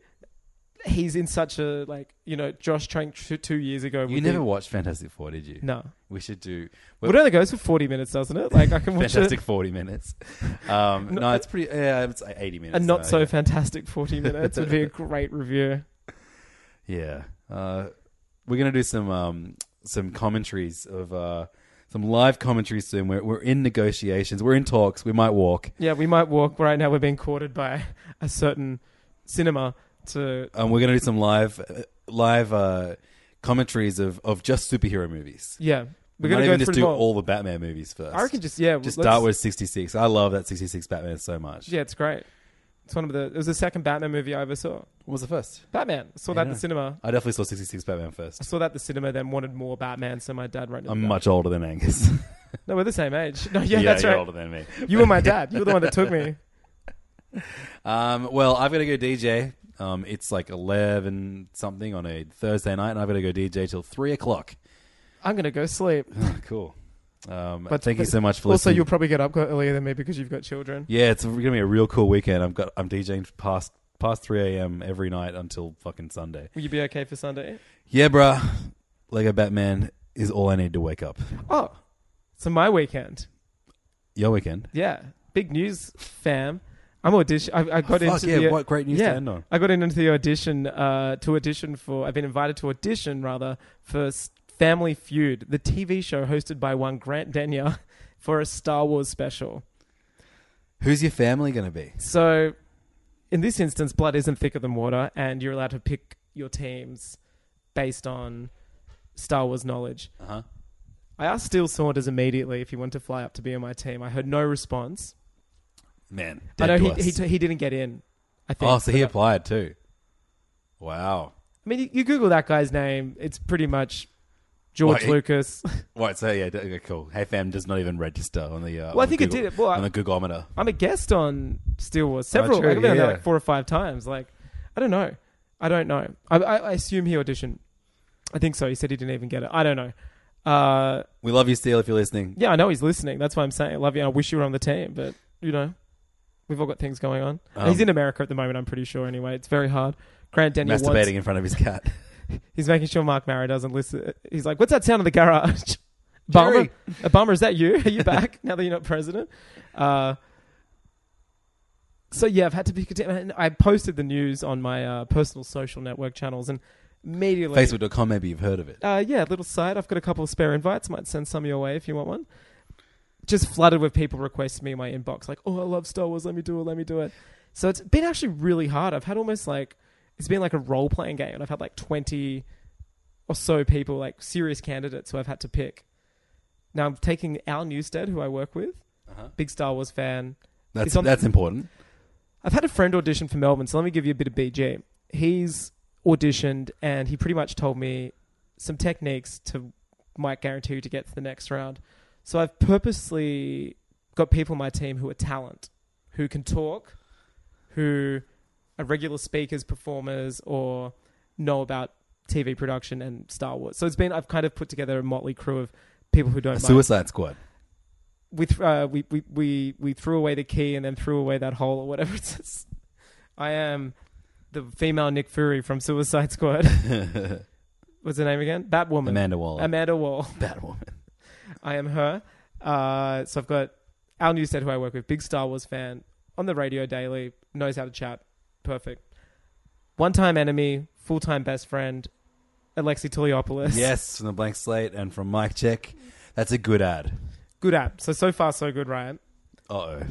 S4: he's in such a like you know Josh Trank t- two years ago.
S3: You
S4: would
S3: never
S4: be-
S3: watched Fantastic Four, did you?
S4: No.
S3: We should do.
S4: Well, it only goes for forty minutes, doesn't it? Like I can watch
S3: Fantastic
S4: it,
S3: Forty minutes. Um, no,
S4: No,
S3: it's pretty. Yeah, it's like eighty minutes.
S4: and not
S3: now,
S4: so
S3: yeah.
S4: fantastic forty minutes would be a great review.
S3: Yeah. Uh, we're going to do some um, some commentaries of uh, some live commentaries soon. We're, we're in negotiations. We're in talks. We might walk.
S4: Yeah, we might walk right now. We're being courted by a certain cinema to.
S3: Um, we're going to do some live uh, live uh, commentaries of, of just superhero movies.
S4: Yeah. We're
S3: We're
S4: gonna
S3: going to
S4: go
S3: even just
S4: through
S3: do
S4: them all.
S3: all the Batman movies first.
S4: I reckon just- yeah,
S3: Just
S4: let's-
S3: start with 66. I love that 66 Batman so much.
S4: Yeah, it's great. It's one of the. It was the second Batman movie I ever saw.
S3: What was the first?
S4: Batman. I saw
S3: Yeah,
S4: that at
S3: no.
S4: the cinema.
S3: I definitely saw 66 Batman first.
S4: I saw that at the cinema. Then wanted more Batman, so my dad rented.
S3: I'm
S4: that.
S3: much older than Angus.
S4: No, we're the same age. No, yeah,
S3: Yeah,
S4: that's
S3: you're
S4: right.
S3: older than me.
S4: You were my dad. You were the one that took me.
S3: Um, well, I've got to go DJ. Um, it's like 11 something on a Thursday night, and I've got to go DJ till 3 o'clock.
S4: I'm gonna go sleep.
S3: cool. Um, thank you so much for
S4: also,
S3: listening.
S4: you'll probably get up earlier than me because you've got children.
S3: yeah, it's going to be a real cool weekend. I've got, I'm DJing past, past 3 a.m. every night until fucking Sunday.
S4: Will you be okay for Sunday?
S3: Yeah, bruh. Lego Batman is all I need to wake up.
S4: Oh, so my weekend.
S3: Your weekend.
S4: Yeah, big news, fam. I'm audition. I, I
S3: Fuck
S4: got into
S3: yeah,
S4: the,
S3: what great news to end on.
S4: I got into the audition uh, to audition for. I've been invited to audition rather for S- Family Feud, the TV show hosted by one Grant Denyer, for a Star Wars special.
S3: Who's your family going to be?
S4: So, in this instance, blood isn't thicker than water, and you're allowed to pick your teams based on Star Wars knowledge.
S3: Uh-huh.
S4: I asked Steel Saunders immediately if he wanted to fly up to be on my team. I heard no response.
S3: Man, dead
S4: I know
S3: to
S4: he,
S3: us.
S4: he, he didn't get in. I think.
S3: Oh, so he
S4: But-
S3: applied too. Wow.
S4: I mean, you, you Google that guy's name; it's pretty much George
S3: Wait, he-
S4: Lucas.
S3: Right, so yeah, d- okay, cool. Hey fam does not even register on the. Uh,
S4: Well, I
S3: on
S4: think
S3: the
S4: it
S3: Google,
S4: did it. Well, I-
S3: on the Googleometer.
S4: I'm a guest on Steel Wars several.
S3: Oh, true,
S4: I've been on
S3: yeah,
S4: there
S3: yeah.
S4: like four or five times. Like, I don't know. I don't know. I, I, I assume he auditioned. I think so. He said he didn't even get it. I don't know. Uh,
S3: We love you, Steele, if you're listening.
S4: yeah, I know he's listening. That's why I'm saying I love you. and I wish you were on the team, but you know, we've all got things going on. And he's
S3: Um,
S4: in America at the moment. I'm pretty sure. Anyway, it's very hard. Grant Denny
S3: Masturbating
S4: wants-
S3: in front of his cat.
S4: He's making sure Mark Mara doesn't listen. He's like, "What's that sound in the garage?" Obama,
S3: Jerry.
S4: Obama, is that you? Are you back now that you're not president? Uh, so yeah, I've had to be. And I posted the news on my uh, personal social network channels, and immediately
S3: Facebook.com, maybe you've heard of it.
S4: Uh, yeah, little site. I've got a couple of spare invites. Might send some your way if you want one. Just flooded with people requesting me in my inbox, like, "Oh, I love Star Wars. Let me do it. Let me do it." So it's been actually really hard. I've had almost like it's been like a role playing game, and I've had like twenty or so people, like serious candidates, who I've had to pick. Now I'm taking Al Newstead, who I work with, big Star Wars fan.
S3: That's
S4: He's Uh-huh. on-
S3: that's important.
S4: I've had a friend audition for Melbourne, so let me give you a bit of BG. He's auditioned and he pretty much told me some techniques to might guarantee you to get to the next round. So I've purposely got people on my team who are talent, who can talk, who are regular speakers, performers, or know about TV production and Star Wars. So it's been I've kind of put together a motley crew of people who don't
S3: A
S4: mind
S3: Suicide Squad.
S4: we th- uh, we, we we we threw away the key and then threw away that hole or whatever it says. I am the female Nick Fury from Suicide Squad. what's her name again? Batwoman.
S3: Amanda Waller.
S4: Amanda Wall.
S3: Batwoman.
S4: I am her. Uh, so I've got Al Newstead, who I work with, big Star Wars fan, on the radio daily, knows how to chat. Perfect. One time enemy, full time best friend, Alexi Tuliopoulos.
S3: Yes, from the blank slate and from Mike Check. That's a good ad.
S4: Good app. So, so far, so good, Ryan.
S3: Uh oh.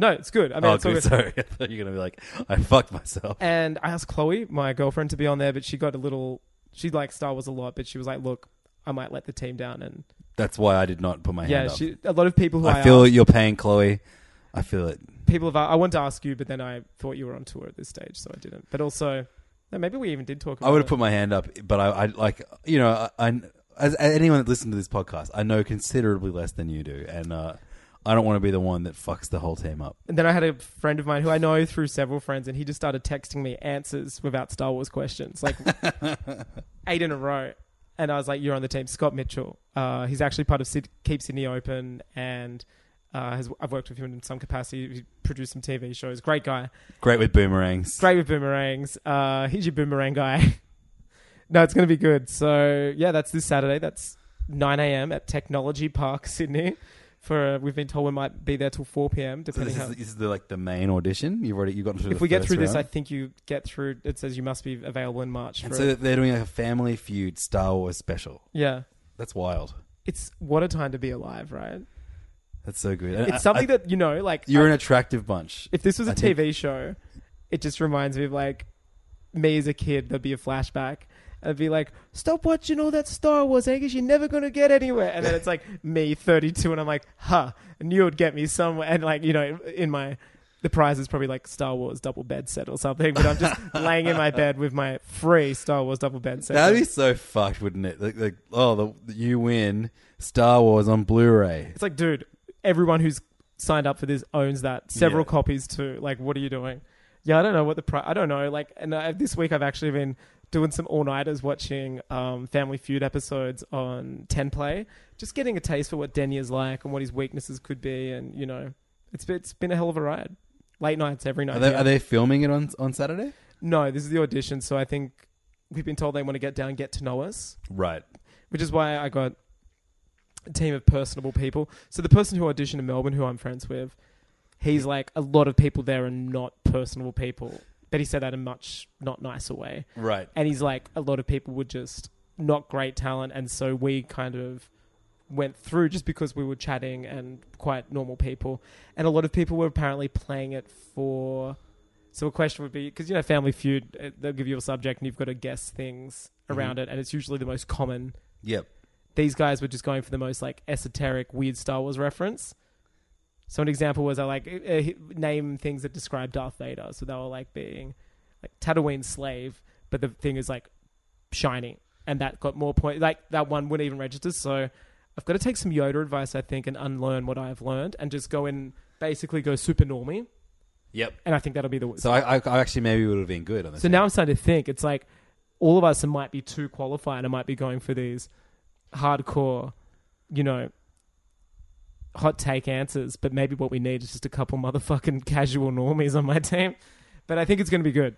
S4: No, it's good. I mean,
S3: oh,
S4: it's all
S3: good.
S4: good.
S3: Sorry, I thought you were gonna be like, I fucked myself.
S4: And I asked Chloe, my girlfriend, to be on there, but she got a little. She liked Star Wars a lot, but she was like, "Look, I might let the team down." And
S3: That's why I did not put my hand
S4: yeah,
S3: up.
S4: she, a lot of people who I,
S3: I feel
S4: asked,
S3: your pain, Chloe. I feel it.
S4: people have. I wanted to ask you, but then I thought you were on tour at this stage, so I didn't. But also, no, maybe we even did talk. about
S3: I would
S4: it.
S3: have put my hand up, but I, I like you know, I, I as anyone that listened to this podcast, I know considerably less than you do, and uh, I don't want to be the one that fucks the whole team up.
S4: And then I had a friend of mine who I know through several friends, and he just started texting me answers without Star Wars questions, like eight in a row. And I was like, "You're on the team, Scott Mitchell. Uh, he's actually part of Sid- Keep Sydney Open, and uh, has, I've worked with him in some capacity. He produced some TV shows. Great guy.
S3: Great with boomerangs.
S4: Great with boomerangs. Uh, he's your boomerang guy. no, it's going to be good. So yeah, that's this Saturday. That's 9 a.m. at Technology Park, Sydney. For uh, we've been told we might be there till 4 p.m.
S3: So
S4: Depending
S3: this is,
S4: how
S3: this is the, like the main audition. You've already you got through.
S4: if
S3: the
S4: we get
S3: first
S4: through this, I
S3: round.
S4: think you get through. It says you must be available in March.
S3: and
S4: for
S3: so
S4: it.
S3: they're doing like a Family Feud Star Wars special.
S4: yeah,
S3: That's wild.
S4: it's what a time to be alive, right?
S3: That's so good. And I-
S4: It's something
S3: I-
S4: that you know, like
S3: you're
S4: I-
S3: an attractive bunch.
S4: If this was a
S3: I
S4: TV
S3: think-
S4: show, it just reminds me of like me as a kid. There'd be a flashback. I'd be like, "Stop watching all that Star Wars, Angus. You're never gonna get anywhere." And then it's like me, 32, and I'm like, "Huh, I knew it'd get me somewhere." And like you know, in my the prize is probably like Star Wars double bed set or something, but I'm just laying in my bed with my free Star Wars double bed set.
S3: That'd be so fucked, wouldn't it? Like, like oh, the, you win Star Wars on Blu-ray.
S4: It's like, dude, everyone who's signed up for this owns that. Several
S3: Yeah.
S4: copies too. Like, what are you doing? Yeah, I don't know what the pri- I don't know. Like, and I, this week I've actually been doing some all nighters watching um, Family Feud episodes on Ten Play, just getting a taste for what Denny is like and what his weaknesses could be, and you know, it's been- it's been a hell of a ride. Late nights every night.
S3: Are they,
S4: yeah.
S3: are they filming it on on Saturday?
S4: no, this is the audition, so I think we've been told they want to get down, get to know us
S3: Right.
S4: which is why I got a team of personable people. So the person who auditioned in Melbourne, who I'm friends with, he's like a lot of people there are not personable people, but he said that in much not nicer way.
S3: Right.
S4: And he's like a lot of people were just not great talent, and so we kind of went through just because we were chatting and quite normal people, and a lot of people were apparently playing it for. So a question would be because you know Family Feud, eh, they'll give you a subject and you've got to guess things around
S3: Mhm.
S4: it, and it's usually the most common
S3: Yep.
S4: these guys were just going for the most like esoteric, weird Star Wars reference. So an example was I like uh, name things that describe Darth Vader. So they were like being like Tatooine slave, but the thing is like shiny, and that got more point. Like that one wouldn't even register. So I've got to take some Yoda advice, I think, and unlearn what I've learned, and just go and basically go super normie.
S3: Yep.
S4: And I think that'll be the
S3: So I, I, I actually maybe would have been good on this.
S4: so now I'm starting to think it's like all of us might be too qualified and might be going for these hardcore, you know, hot take answers. But maybe what we need is just a couple motherfucking casual normies on my team. But I think it's going to be good.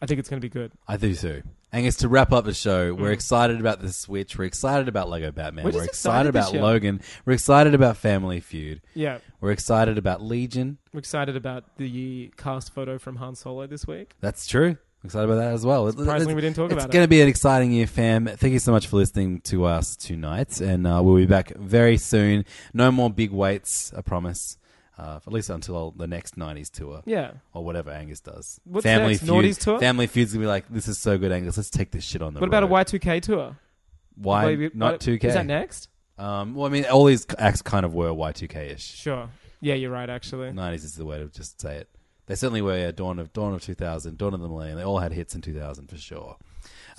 S4: I think it's going to be good.
S3: I do too. Angus, to wrap up the show, we're excited about the Switch. We're excited about Lego Batman.
S4: Mm-hmm. We're just
S3: We're, excited,
S4: excited this
S3: about
S4: year.
S3: Logan. We're excited about Family Feud.
S4: Yeah.
S3: We're excited about Legion.
S4: I'm excited about the cast photo from Han Solo this week.
S3: That's true. Excited about that as well.
S4: Surprisingly, we didn't talk
S3: it's
S4: about it.
S3: going to be an exciting year, fam. Thank you so much for listening to us tonight, and uh, we'll be back very soon. No more big waits, I promise. Uh, at least until the next '90s tour,
S4: Yeah.
S3: or whatever Angus does.
S4: What's next? Naughty's tour?
S3: Family Feud's gonna be like, this is so good, Angus. Let's take this shit on the
S4: What about a
S3: road."
S4: Y2K tour?
S3: Why
S4: Wait,
S3: not
S4: what-
S3: two K?
S4: Is that next?
S3: Um, well, I mean, all these acts kind of were Y two K ish.
S4: Sure. Yeah, you're right, actually.
S3: Nineties is the way to just say it. They certainly were yeah, Dawn of Dawn of two thousand, Dawn of the Millennium. They all had hits in two thousand for sure.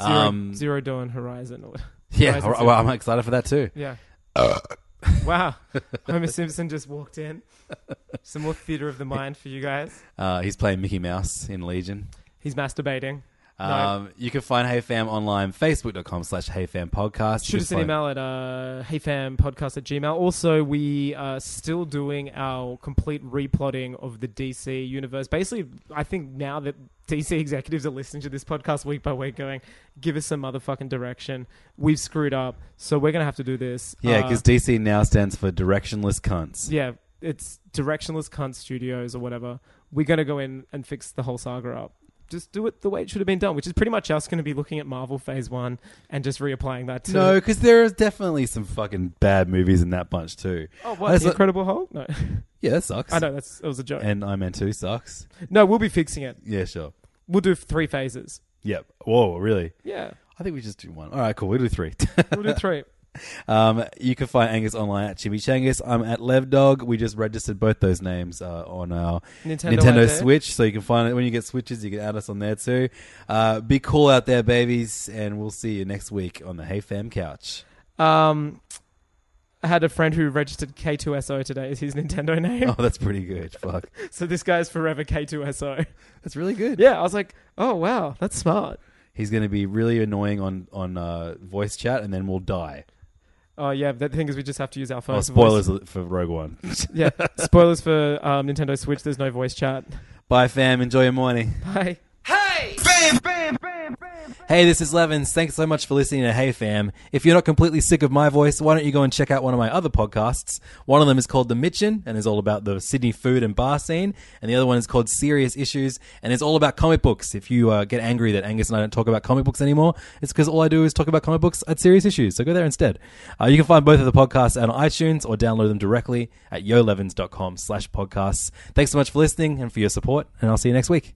S4: Zero,
S3: Um,
S4: Zero Dawn Horizon. or-
S3: yeah,
S4: Horizon
S3: well,
S4: Zero.
S3: I'm excited for that too.
S4: Yeah. wow. Homer Simpson just walked in. Some more theater of the mind for you guys.
S3: Uh, he's playing Mickey Mouse in Legion.
S4: He's masturbating.
S3: Um, You can find Hey Fam online, facebook.com slash Hey Fam Podcast. You can
S4: Shoot us an
S3: find-
S4: email at uh, heyfampodcast at gmail. Also, we are still doing our complete replotting of the DC universe. Basically, I think now that DC executives are listening to this podcast week by week, going, give us some motherfucking direction. We've screwed up, so we're going to have to do this.
S3: Yeah,
S4: Uh,
S3: because DC now stands for Directionless Cunts.
S4: Yeah, it's Directionless Cunt Studios or whatever. We're going to go in and fix the whole saga up. Just do it the way it should have been done, which is pretty much us going to be looking at Marvel Phase 1 and just reapplying that to.
S3: No, because there is definitely some fucking bad movies in that bunch too.
S4: Oh,
S3: I
S4: what?
S3: just-
S4: The Incredible Hulk? No.
S3: Yeah, that sucks.
S4: I know, that's, that was a joke.
S3: And I Man 2 sucks.
S4: no, we'll be fixing it.
S3: Yeah, sure.
S4: We'll do three phases.
S3: Yep. Whoa, really?
S4: Yeah.
S3: I think we just do one. All right, cool. We'll do three.
S4: We'll do three.
S3: Um, you can find Angus online at Chimichangas. I'm at Levdog. We just registered both those names uh, on our Nintendo,
S4: Nintendo out there.
S3: Switch, so you can find it when you get Switches. You can add us on there too. Uh, be cool out there, babies, and we'll see you next week on the Hey Fam couch.
S4: Um, I had a friend who registered K2SO today as his Nintendo name.
S3: Oh, that's pretty good. Fuck.
S4: So this guy's forever K2SO.
S3: That's really good.
S4: Yeah, I was like, oh, wow, that's smart.
S3: He's going to be really annoying on on uh, voice chat, and then we'll die.
S4: Oh, yeah, but the thing is, we just have to use our
S3: Oh,
S4: phones.
S3: spoilers for Rogue One.
S4: yeah, spoilers for um, Nintendo Switch. There's no voice chat.
S3: Bye, fam. Enjoy your morning.
S4: Bye.
S3: Hey, this is Levins. Thanks so much for listening to Hey Fam. If you're not completely sick of my voice, why don't you go and check out one of my other podcasts? One of them is called The Mitchin and is all about the Sydney food and bar scene, and the other one is called Serious Issues and it's all about comic books. If you uh, get angry that Angus and I don't talk about comic books anymore, it's because all I do is talk about comic books at Serious Issues. So go there instead. Uh, you can find both of the podcasts on iTunes or download them directly at yolevins.com slash podcasts. Thanks so much for listening and for your support, and I'll see you next week.